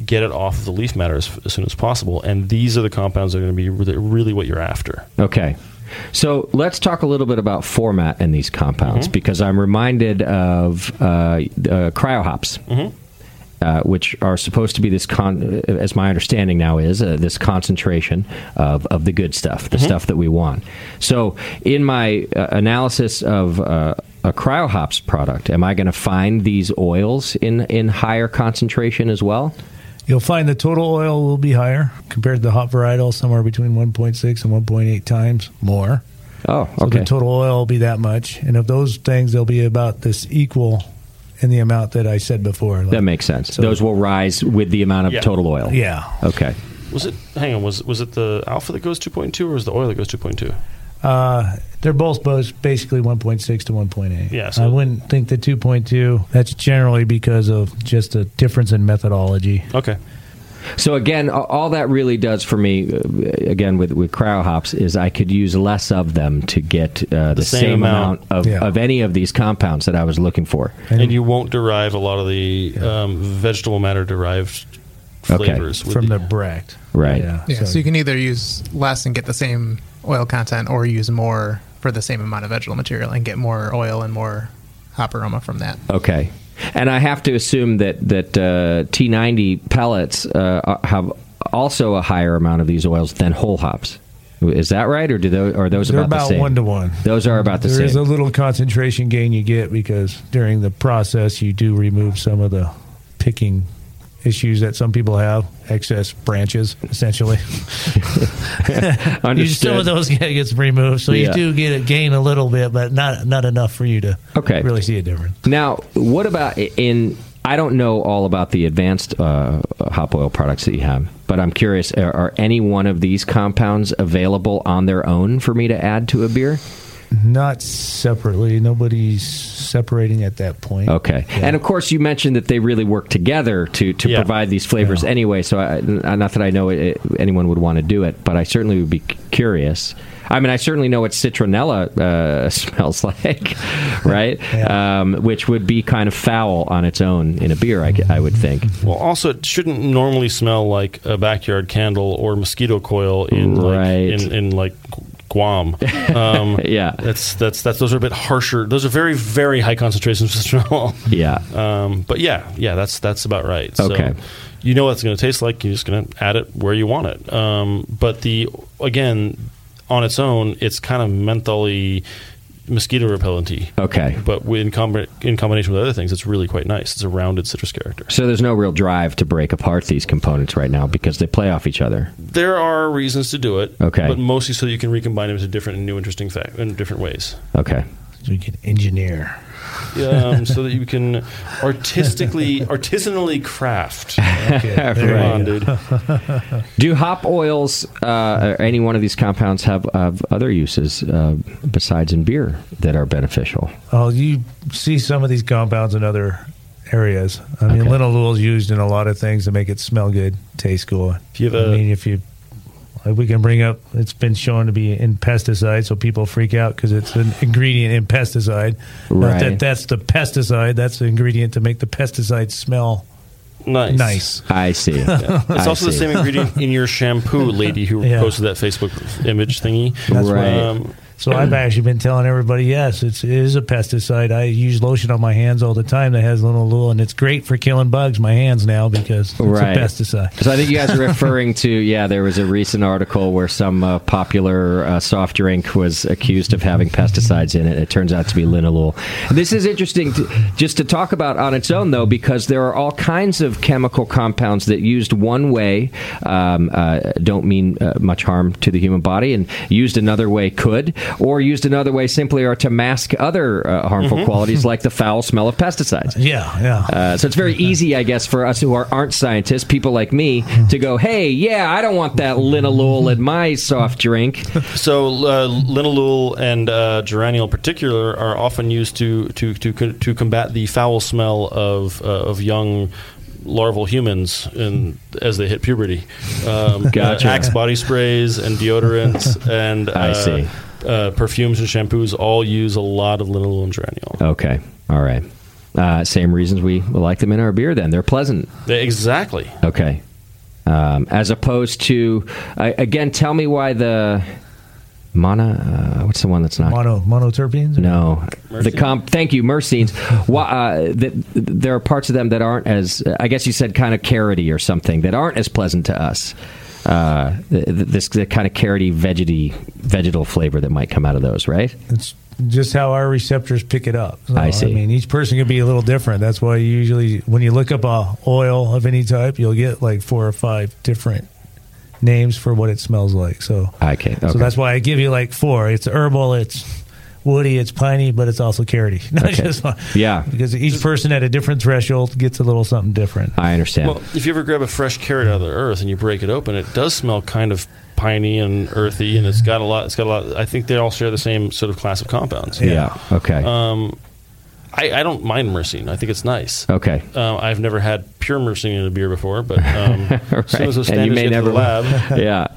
Speaker 2: get it off of the leaf matter as, as soon as possible. And these are the compounds that are going to be really, really what you're after.
Speaker 1: Okay. So let's talk a little bit about format in these compounds because I'm reminded of uh, uh, cryo hops. Uh, which are supposed to be this, con- as my understanding now is, uh, this concentration of, of the good stuff, the stuff that we want. So, in my uh, analysis of uh, a cryohops product, am I going to find these oils in, in higher concentration as well?
Speaker 3: you'll find the total oil will be higher compared to the hot varietal, somewhere between 1.6 and 1.8 times more.
Speaker 1: Oh,
Speaker 3: So
Speaker 1: okay.
Speaker 3: the total oil will be that much, and of those things, they'll be about this equal in the amount that I said before. Like-
Speaker 1: that makes sense.
Speaker 3: So-
Speaker 1: Those will rise with the amount of
Speaker 2: Yeah.
Speaker 1: total oil.
Speaker 3: Yeah.
Speaker 1: Okay.
Speaker 2: Was it? Hang on. Was was it the alpha that goes two point two, or was the oil that goes two point two?
Speaker 3: Uh, they're both both basically 1.6 to 1.8.
Speaker 2: Yeah, so-
Speaker 3: I wouldn't think the 2.2. That's generally because of just a difference in methodology.
Speaker 2: Okay.
Speaker 1: So again, a- all that really does for me, uh, again with with cryo hops, is I could use less of them to get uh, the,
Speaker 2: same
Speaker 1: same,
Speaker 2: amount.
Speaker 1: amount, of,
Speaker 3: Yeah.
Speaker 1: of any of these compounds that I was looking for.
Speaker 2: And you won't derive a lot of the um, vegetable matter derived
Speaker 1: Okay.
Speaker 2: flavors with
Speaker 3: from the Brecht,
Speaker 1: Right.
Speaker 4: Yeah, so, you can either use less and get the same oil content, or use more for the same amount of vegetable material and get more oil and more hop aroma from that.
Speaker 1: Okay. And I have to assume that that uh, T90 pellets uh, are- have also a higher amount of these oils than whole hops. Is that right, or do those are those
Speaker 3: they're
Speaker 1: about, the
Speaker 3: about
Speaker 1: same?
Speaker 3: one to one.
Speaker 1: Those are about the
Speaker 3: There
Speaker 1: same.
Speaker 3: is a little concentration gain you get because during the process you do remove some of the picking issues that some people have, excess branches essentially. <laughs> You-
Speaker 1: <laughs> Understood.
Speaker 3: some of those get- gets removed, so
Speaker 1: Yeah.
Speaker 3: you do get a gain a little bit, but not not enough for you to
Speaker 1: Okay.
Speaker 3: really see a difference.
Speaker 1: Now, what about in? I don't know all about the advanced uh, hop oil products that you have, but I'm curious: are, are any one of these compounds available on their own for me to add to a beer?
Speaker 3: Not separately. Nobody's separating at that point.
Speaker 1: Okay,
Speaker 3: Yeah.
Speaker 1: and of course, you mentioned that they really work together to to
Speaker 2: Yeah.
Speaker 1: provide these flavors
Speaker 3: Yeah.
Speaker 1: anyway. So, I, not that I know it, anyone would want to do it, but I certainly would be c- curious. I mean, I certainly know what citronella uh, <laughs> smells
Speaker 3: <laughs>
Speaker 1: like, right?
Speaker 3: Yeah.
Speaker 1: um, which would be kind of foul on its own in a beer, I, g- I would think.
Speaker 2: Well, also it shouldn't normally smell like a backyard candle or mosquito coil in
Speaker 1: Right.
Speaker 2: like in, in like
Speaker 1: <laughs>
Speaker 2: Guam. Um,
Speaker 1: Yeah.
Speaker 2: that's that's that's those are a bit harsher. Those are very very high <laughs> concentrations of citronol.
Speaker 1: Yeah.
Speaker 2: Um, but yeah, yeah, that's that's about right.
Speaker 1: Okay.
Speaker 2: So you know what it's going to taste like. You're just going to add it where you want it. Um, but the again, on its own, it's kind of mentally mosquito repellenty.
Speaker 1: Okay.
Speaker 2: But in, com- in combination with other things, it's really quite nice. It's a rounded citrus character.
Speaker 1: So there's no real drive to break apart these components right now because they play off each other.
Speaker 2: There are reasons to do it.
Speaker 1: Okay.
Speaker 2: But mostly so you can recombine them to different and new interesting fact in different ways.
Speaker 1: Okay.
Speaker 3: So you can
Speaker 1: <laughs>
Speaker 3: engineer.
Speaker 2: Um, so that you can artistically artisanally craft.
Speaker 3: Okay.
Speaker 1: Right.
Speaker 2: Come
Speaker 3: <laughs> There
Speaker 2: on,
Speaker 3: you go.
Speaker 2: dude.
Speaker 1: Do hop oils uh, or any one of these compounds have, have other uses uh, besides in beer that are beneficial?
Speaker 3: Oh, you see some of these compounds in other areas. I mean,
Speaker 1: Okay.
Speaker 3: linalool is used in a lot of things to make it smell good, taste good.
Speaker 2: If you have a-
Speaker 3: I mean, if you, like we can bring up, it's been shown to be in pesticides, so people freak out because it's an ingredient in pesticide. Not
Speaker 1: Right.
Speaker 3: that that's the pesticide, that's the ingredient to make the pesticide smell
Speaker 2: Nice.
Speaker 3: nice.
Speaker 1: <laughs> I see.
Speaker 2: <laughs> It's also the same ingredient in your shampoo, lady who
Speaker 3: Yeah.
Speaker 2: posted that Facebook image thingy.
Speaker 3: That's
Speaker 1: Right.
Speaker 2: Um,
Speaker 3: So I've actually been telling everybody, yes, it's, it is a pesticide. I use lotion on my hands all the time that has linalool, and it's great for killing bugs. My hands now because it's
Speaker 1: Right.
Speaker 3: a pesticide.
Speaker 1: So I think you guys are referring to yeah. There was a recent article where some uh, popular uh, soft drink was accused of having pesticides in it. It turns out to be linalool. This is interesting to, just to talk about on its own though, because there are all kinds of chemical compounds that used one way um, uh, don't mean uh, much harm to the human body, and used another way could, or used another way simply are to mask other uh, harmful qualities like the foul smell of pesticides.
Speaker 3: Yeah, yeah.
Speaker 1: Uh, so it's very easy, I guess, for us who are, aren't scientists, people like me, to go, hey, yeah, I don't want that linalool in my soft drink.
Speaker 2: so uh, linalool and uh, geraniol, in particular, are often used to to to, co- to combat the foul smell of uh, of young. Larval humans, and as they hit puberty, um,
Speaker 1: Gotcha.
Speaker 2: uh, Axe body sprays and deodorants
Speaker 1: <laughs>
Speaker 2: and uh,
Speaker 1: I see.
Speaker 2: Uh, perfumes and shampoos all use a lot of linalool and geraniol.
Speaker 1: Okay, all right. Uh, same reasons we like them in our beer, then. They're pleasant.
Speaker 2: They- exactly.
Speaker 1: Okay. Um, as opposed to, I again, tell me why the mana, uh, what's the one that's not?
Speaker 3: Mono monoterpenes.
Speaker 1: No,
Speaker 2: Mercy?
Speaker 1: the comp. Thank you, mercines. Why, uh, that there are parts of them that aren't as. I guess you said kind of carroty or something that aren't as pleasant to us. Uh, th- th- this the kind of carroty, vegety, vegetal flavor that might come out of those, right?
Speaker 3: It's just how our receptors pick it up. So,
Speaker 1: I see.
Speaker 3: I mean, each person can be a little different. That's why you usually, when you look up a oil of any type, you'll get like four or five different names for what it smells like. So
Speaker 1: Okay,
Speaker 3: so
Speaker 1: okay.
Speaker 3: that's why I give you like four. It's herbal, it's woody, it's piney, but it's also carroty. <laughs> Not
Speaker 1: Okay.
Speaker 3: just one.
Speaker 1: Yeah.
Speaker 3: because each person at a different threshold gets a little something different.
Speaker 1: I understand.
Speaker 2: Well, if you ever grab a fresh carrot out of the earth and you break it open, it does smell kind of piney and earthy, and it's got a lot. It's got a lot. I think they all share the same sort of class of compounds.
Speaker 1: yeah. Okay.
Speaker 2: I, I don't mind myrcene. I think it's nice.
Speaker 1: okay.
Speaker 2: Um, I've never had pure myrcene in a beer before,
Speaker 1: <laughs>
Speaker 2: but um, as soon as those
Speaker 1: Right. And you
Speaker 2: standards
Speaker 1: may
Speaker 2: get to
Speaker 1: never <laughs>
Speaker 2: the lab,
Speaker 1: yeah.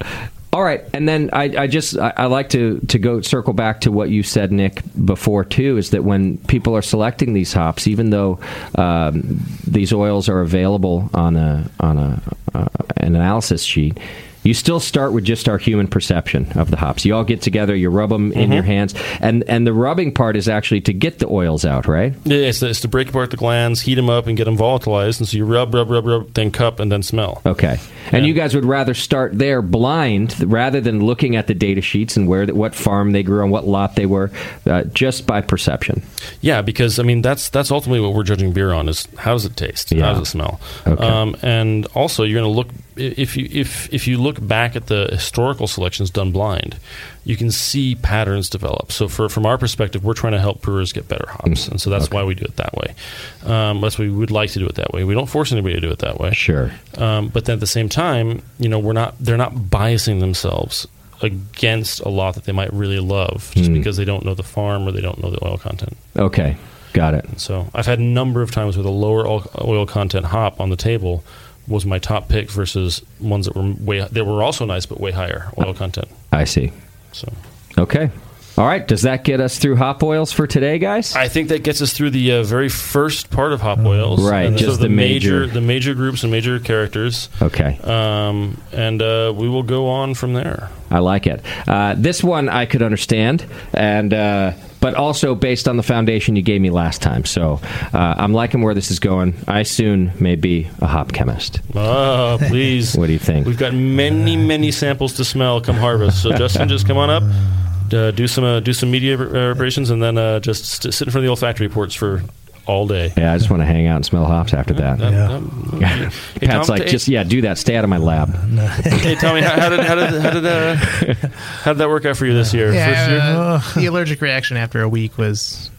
Speaker 1: All right, and then I, I just I, I like to to go circle back to what you said, Nick, before too, is that when people are selecting these hops, even though um, these oils are available on a on a uh, an analysis sheet, you still start with just our human perception of the hops. You all get together, you rub them
Speaker 2: Mm-hmm.
Speaker 1: in your hands, and and the rubbing part is actually to get the oils out, right?
Speaker 2: yeah, it's, to- it's to break apart the glands, heat them up, and get them volatilized. And so you rub, rub, rub, rub, then cup, and then smell.
Speaker 1: Okay. And you guys would rather start there blind rather than looking at the data sheets and where what farm they grew on, what lot they were, uh, just by perception.
Speaker 2: Yeah, because I mean that's that's ultimately what we're judging beer on is how does it taste?
Speaker 1: Yeah.
Speaker 2: How does it smell?
Speaker 1: Okay.
Speaker 2: Um, and also you're going to look i- if you if if you look back at the historical selections done blind, you can see patterns develop. So for from our perspective, we're trying to help brewers get better
Speaker 1: Mm.
Speaker 2: hops, and so that's why we do it that way. Um, that's why we would like to do it that way. We don't force anybody to do it that way.
Speaker 1: Sure.
Speaker 2: Um, but then at the same time, you know, we're not they're not biasing themselves against a lot that they might really love just
Speaker 1: Mm.
Speaker 2: because they don't know the farm or they don't know the oil content.
Speaker 1: Okay. Got it.
Speaker 2: So I've had a number of times where the lower oil- oil content hop on the table was my top pick versus ones that were way that were also nice but way higher oil content.
Speaker 1: I see.
Speaker 2: So
Speaker 1: Okay. All right. Does that get us through hop oils for today, guys?
Speaker 2: I think that gets us through the uh, very first part of hop oils,
Speaker 1: Mm-hmm. Right,
Speaker 2: And
Speaker 1: just
Speaker 2: so the
Speaker 1: the major-
Speaker 2: the major groups and major characters.
Speaker 1: okay.
Speaker 2: Um, and uh, we will go on from there.
Speaker 1: I like it. Uh, this one I could understand, and uh, but also based on the foundation you gave me last time. So uh, I'm liking where this is going. I soon may be a hop chemist.
Speaker 2: Oh,
Speaker 1: <laughs>
Speaker 2: please.
Speaker 1: What do you think?
Speaker 2: We've got many, many samples to smell come harvest. So Justin, just come on up, uh, do some uh, do some media re- uh, operations, and then uh, just st- sit in front of the old factory reports for all day.
Speaker 1: Yeah, I just want to hang out and smell hops after that.
Speaker 2: Um,
Speaker 4: <laughs>
Speaker 3: Yeah.
Speaker 2: um, hey,
Speaker 1: Pat's
Speaker 2: Tom,
Speaker 1: like,
Speaker 2: hey-
Speaker 1: just yeah, do that. Stay out of my lab.
Speaker 2: Hey, Tommy, how, how did how did how
Speaker 1: <laughs>
Speaker 2: did, uh, how did that work out for you this year? First year?
Speaker 1: <laughs>
Speaker 4: Yeah, uh, the allergic reaction after a week was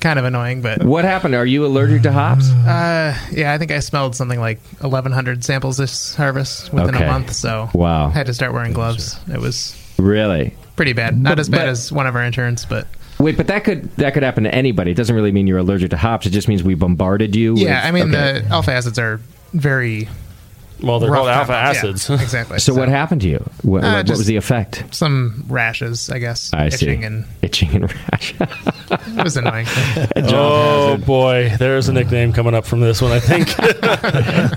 Speaker 4: kind of annoying, but
Speaker 1: What happened? Are you allergic to hops?
Speaker 4: uh, yeah, I think I smelled something like 1,100 samples this harvest within
Speaker 1: Okay.
Speaker 4: a month, so
Speaker 1: Wow.
Speaker 4: I had to start wearing gloves. It was
Speaker 1: Really?
Speaker 4: pretty bad. Not as bad
Speaker 1: but-
Speaker 4: as one of our interns, but
Speaker 1: Wait, but that could that could happen to anybody. It doesn't really mean you're allergic to hops. It just means we bombarded you.
Speaker 4: yeah,
Speaker 1: with-
Speaker 4: I mean
Speaker 1: okay.
Speaker 4: the alpha acids are very
Speaker 2: Well, they're
Speaker 4: rough
Speaker 2: called alpha
Speaker 4: compounds.
Speaker 2: acids. <laughs>
Speaker 4: Yeah, exactly.
Speaker 1: So, what happened to you? What, what- what
Speaker 4: uh, just-
Speaker 1: was the effect?
Speaker 4: Some rashes, I guess.
Speaker 1: I see.
Speaker 4: itching and
Speaker 1: Itching and
Speaker 4: <laughs>
Speaker 1: rash.
Speaker 4: it
Speaker 1: <laughs>
Speaker 4: was annoying.
Speaker 2: <laughs> oh boy, there's a nickname coming up from this one. I think.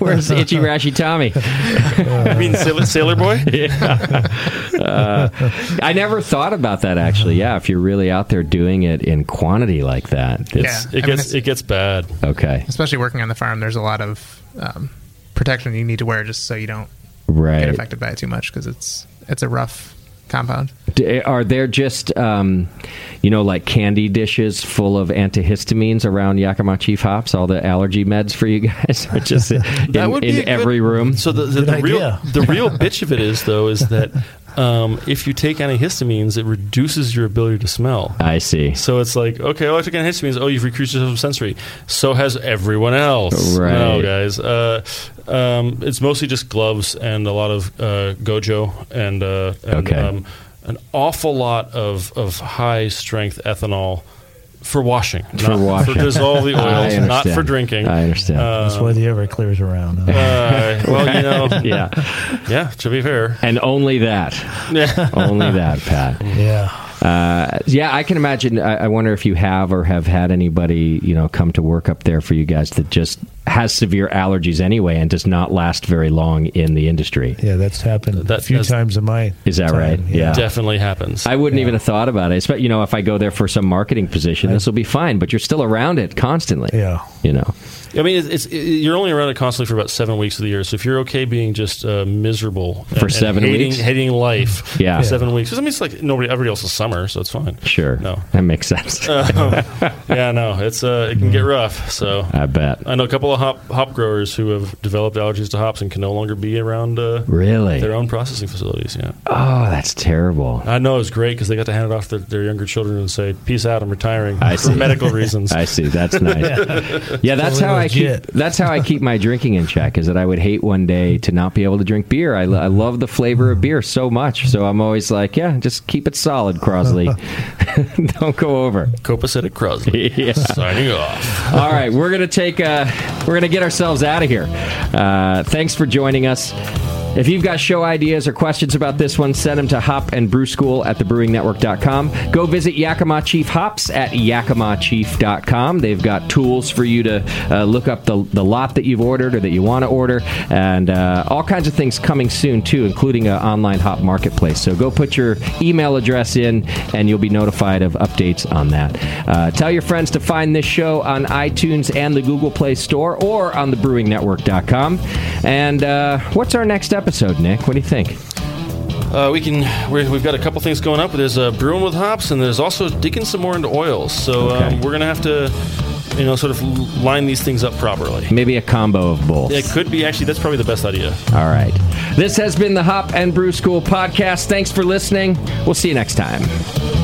Speaker 2: <laughs>
Speaker 1: Where's itchy rashy
Speaker 4: <laughs>
Speaker 1: Tommy?
Speaker 2: I mean, sailor, sailor boy.
Speaker 1: Uh, I never thought about that actually. Yeah, if you're really out there doing it in quantity like that, it's,
Speaker 4: Yeah.
Speaker 2: It
Speaker 4: I mean,
Speaker 2: gets
Speaker 4: it's-
Speaker 2: it gets bad.
Speaker 1: okay,
Speaker 4: Especially working on the farm, there's a lot of um, protection you need to wear just so you don't get
Speaker 1: right?
Speaker 4: affected by it too much because it's it's a rough compound.
Speaker 1: D- Are there just um, you know like candy dishes full of antihistamines around Yakima Chief hops? All the allergy meds for you guys are
Speaker 2: <laughs>
Speaker 1: just in,
Speaker 2: that would be a
Speaker 1: in
Speaker 2: good-
Speaker 1: every room.
Speaker 2: So the, the,
Speaker 3: Good
Speaker 2: the real
Speaker 3: idea.
Speaker 2: the real bitch of it is though is that um, if you take antihistamines, it reduces your ability to smell.
Speaker 1: I see.
Speaker 2: So it's like okay, well, I took antihistamines. Oh, you've recruited yourself from sensory. So has everyone else.
Speaker 1: Right.
Speaker 2: No, guys. Uh, um, it's mostly just gloves and a lot of uh, gojo and, uh, and
Speaker 1: Okay.
Speaker 2: um, an awful lot of of high strength ethanol. For washing,
Speaker 1: For
Speaker 2: not
Speaker 1: washing.
Speaker 2: for dissolve the
Speaker 1: <laughs> I
Speaker 2: oils, not for
Speaker 1: understand.
Speaker 2: drinking.
Speaker 1: I understand.
Speaker 3: That's why the Everclear's around. huh?
Speaker 2: Uh, well, you know,
Speaker 1: <laughs> yeah,
Speaker 2: yeah. To be fair,
Speaker 1: and only that,
Speaker 2: <laughs>
Speaker 1: only that, Pat.
Speaker 3: yeah,
Speaker 1: Uh, yeah, I can imagine. I, I wonder if you have or have had anybody, you know, come to work up there for you guys that just has severe allergies anyway and does not last very long in the industry.
Speaker 3: yeah, that's happened
Speaker 2: That-
Speaker 3: a few
Speaker 2: that's-
Speaker 3: times in my.
Speaker 1: Is that
Speaker 3: time,
Speaker 1: right? Yeah.
Speaker 2: definitely happens.
Speaker 1: I wouldn't even have thought about it. But you know, if I go there for some marketing position, this will be fine. But you're still around it constantly.
Speaker 3: Yeah.
Speaker 1: You know.
Speaker 2: I mean, it's, it's you're only around it constantly for about seven weeks of the year. So if you're okay being just uh, miserable and-
Speaker 1: For
Speaker 2: and
Speaker 1: seven
Speaker 2: hating,
Speaker 1: weeks?
Speaker 2: hating life,
Speaker 1: <laughs> Yeah.
Speaker 2: for seven weeks. 'Cause I mean, it's like nobody, everybody else's summer, so it's fine.
Speaker 1: Sure. <laughs>
Speaker 2: No.
Speaker 3: <laughs>
Speaker 2: Um,
Speaker 1: That makes sense.
Speaker 2: yeah, no, it's uh, it can get rough. So
Speaker 1: I bet.
Speaker 2: I know a couple of hop hop growers who have developed allergies to hops and can no longer be around uh,
Speaker 1: Really?
Speaker 2: their own processing facilities. Yeah,
Speaker 1: Oh, that's terrible.
Speaker 2: I know it's great because they got to hand it off to their younger children and say, "Peace out, I'm retiring
Speaker 1: I
Speaker 2: <laughs> for
Speaker 1: see.
Speaker 2: medical
Speaker 1: <laughs>
Speaker 2: reasons."
Speaker 1: I see. That's
Speaker 3: <laughs>
Speaker 1: nice. yeah, that's
Speaker 3: Totally
Speaker 1: how I keep.
Speaker 3: legit. <laughs>
Speaker 1: That's how I keep my drinking in check. Is that I would hate one day to not be able to drink beer. I, lo- I
Speaker 3: Mm-hmm.
Speaker 1: love the flavor of beer so much, so I'm always like, yeah, just keep it solid,
Speaker 3: <laughs>
Speaker 1: Crosley. <laughs> Don't go over.
Speaker 2: Copacetic Crosley
Speaker 1: <laughs> Yeah.
Speaker 2: signing off.
Speaker 1: <laughs> All right, we're gonna take. Uh, we're gonna get ourselves out of here. Uh, thanks for joining us. If you've got show ideas or questions about this one, send them to Hop and Brew School at thebrewingnetwork.com. Go visit Yakima Chief Hops at yakimachief.com. They've got tools for you to uh, look up the, the lot that you've ordered or that you want to order, and uh, all kinds of things coming soon, too, including an online hop marketplace. So go put your email address in, and you'll be notified of updates on that. Uh, tell your friends to find this show on iTunes and the Google Play Store or on thebrewingnetwork.com. And uh, what's our next episode, Nick? What do you think?
Speaker 2: Uh, we can. We're, we've got a couple things going up. There's uh, brewing with hops, and there's also digging some more into oils. So
Speaker 1: Okay.
Speaker 2: um, we're gonna have to, you know, sort of line these things up properly.
Speaker 1: Maybe a combo of both.
Speaker 2: It could be actually. That's probably the best idea.
Speaker 1: All right. This has been the Hop and Brew School podcast. Thanks for listening. We'll see you next time.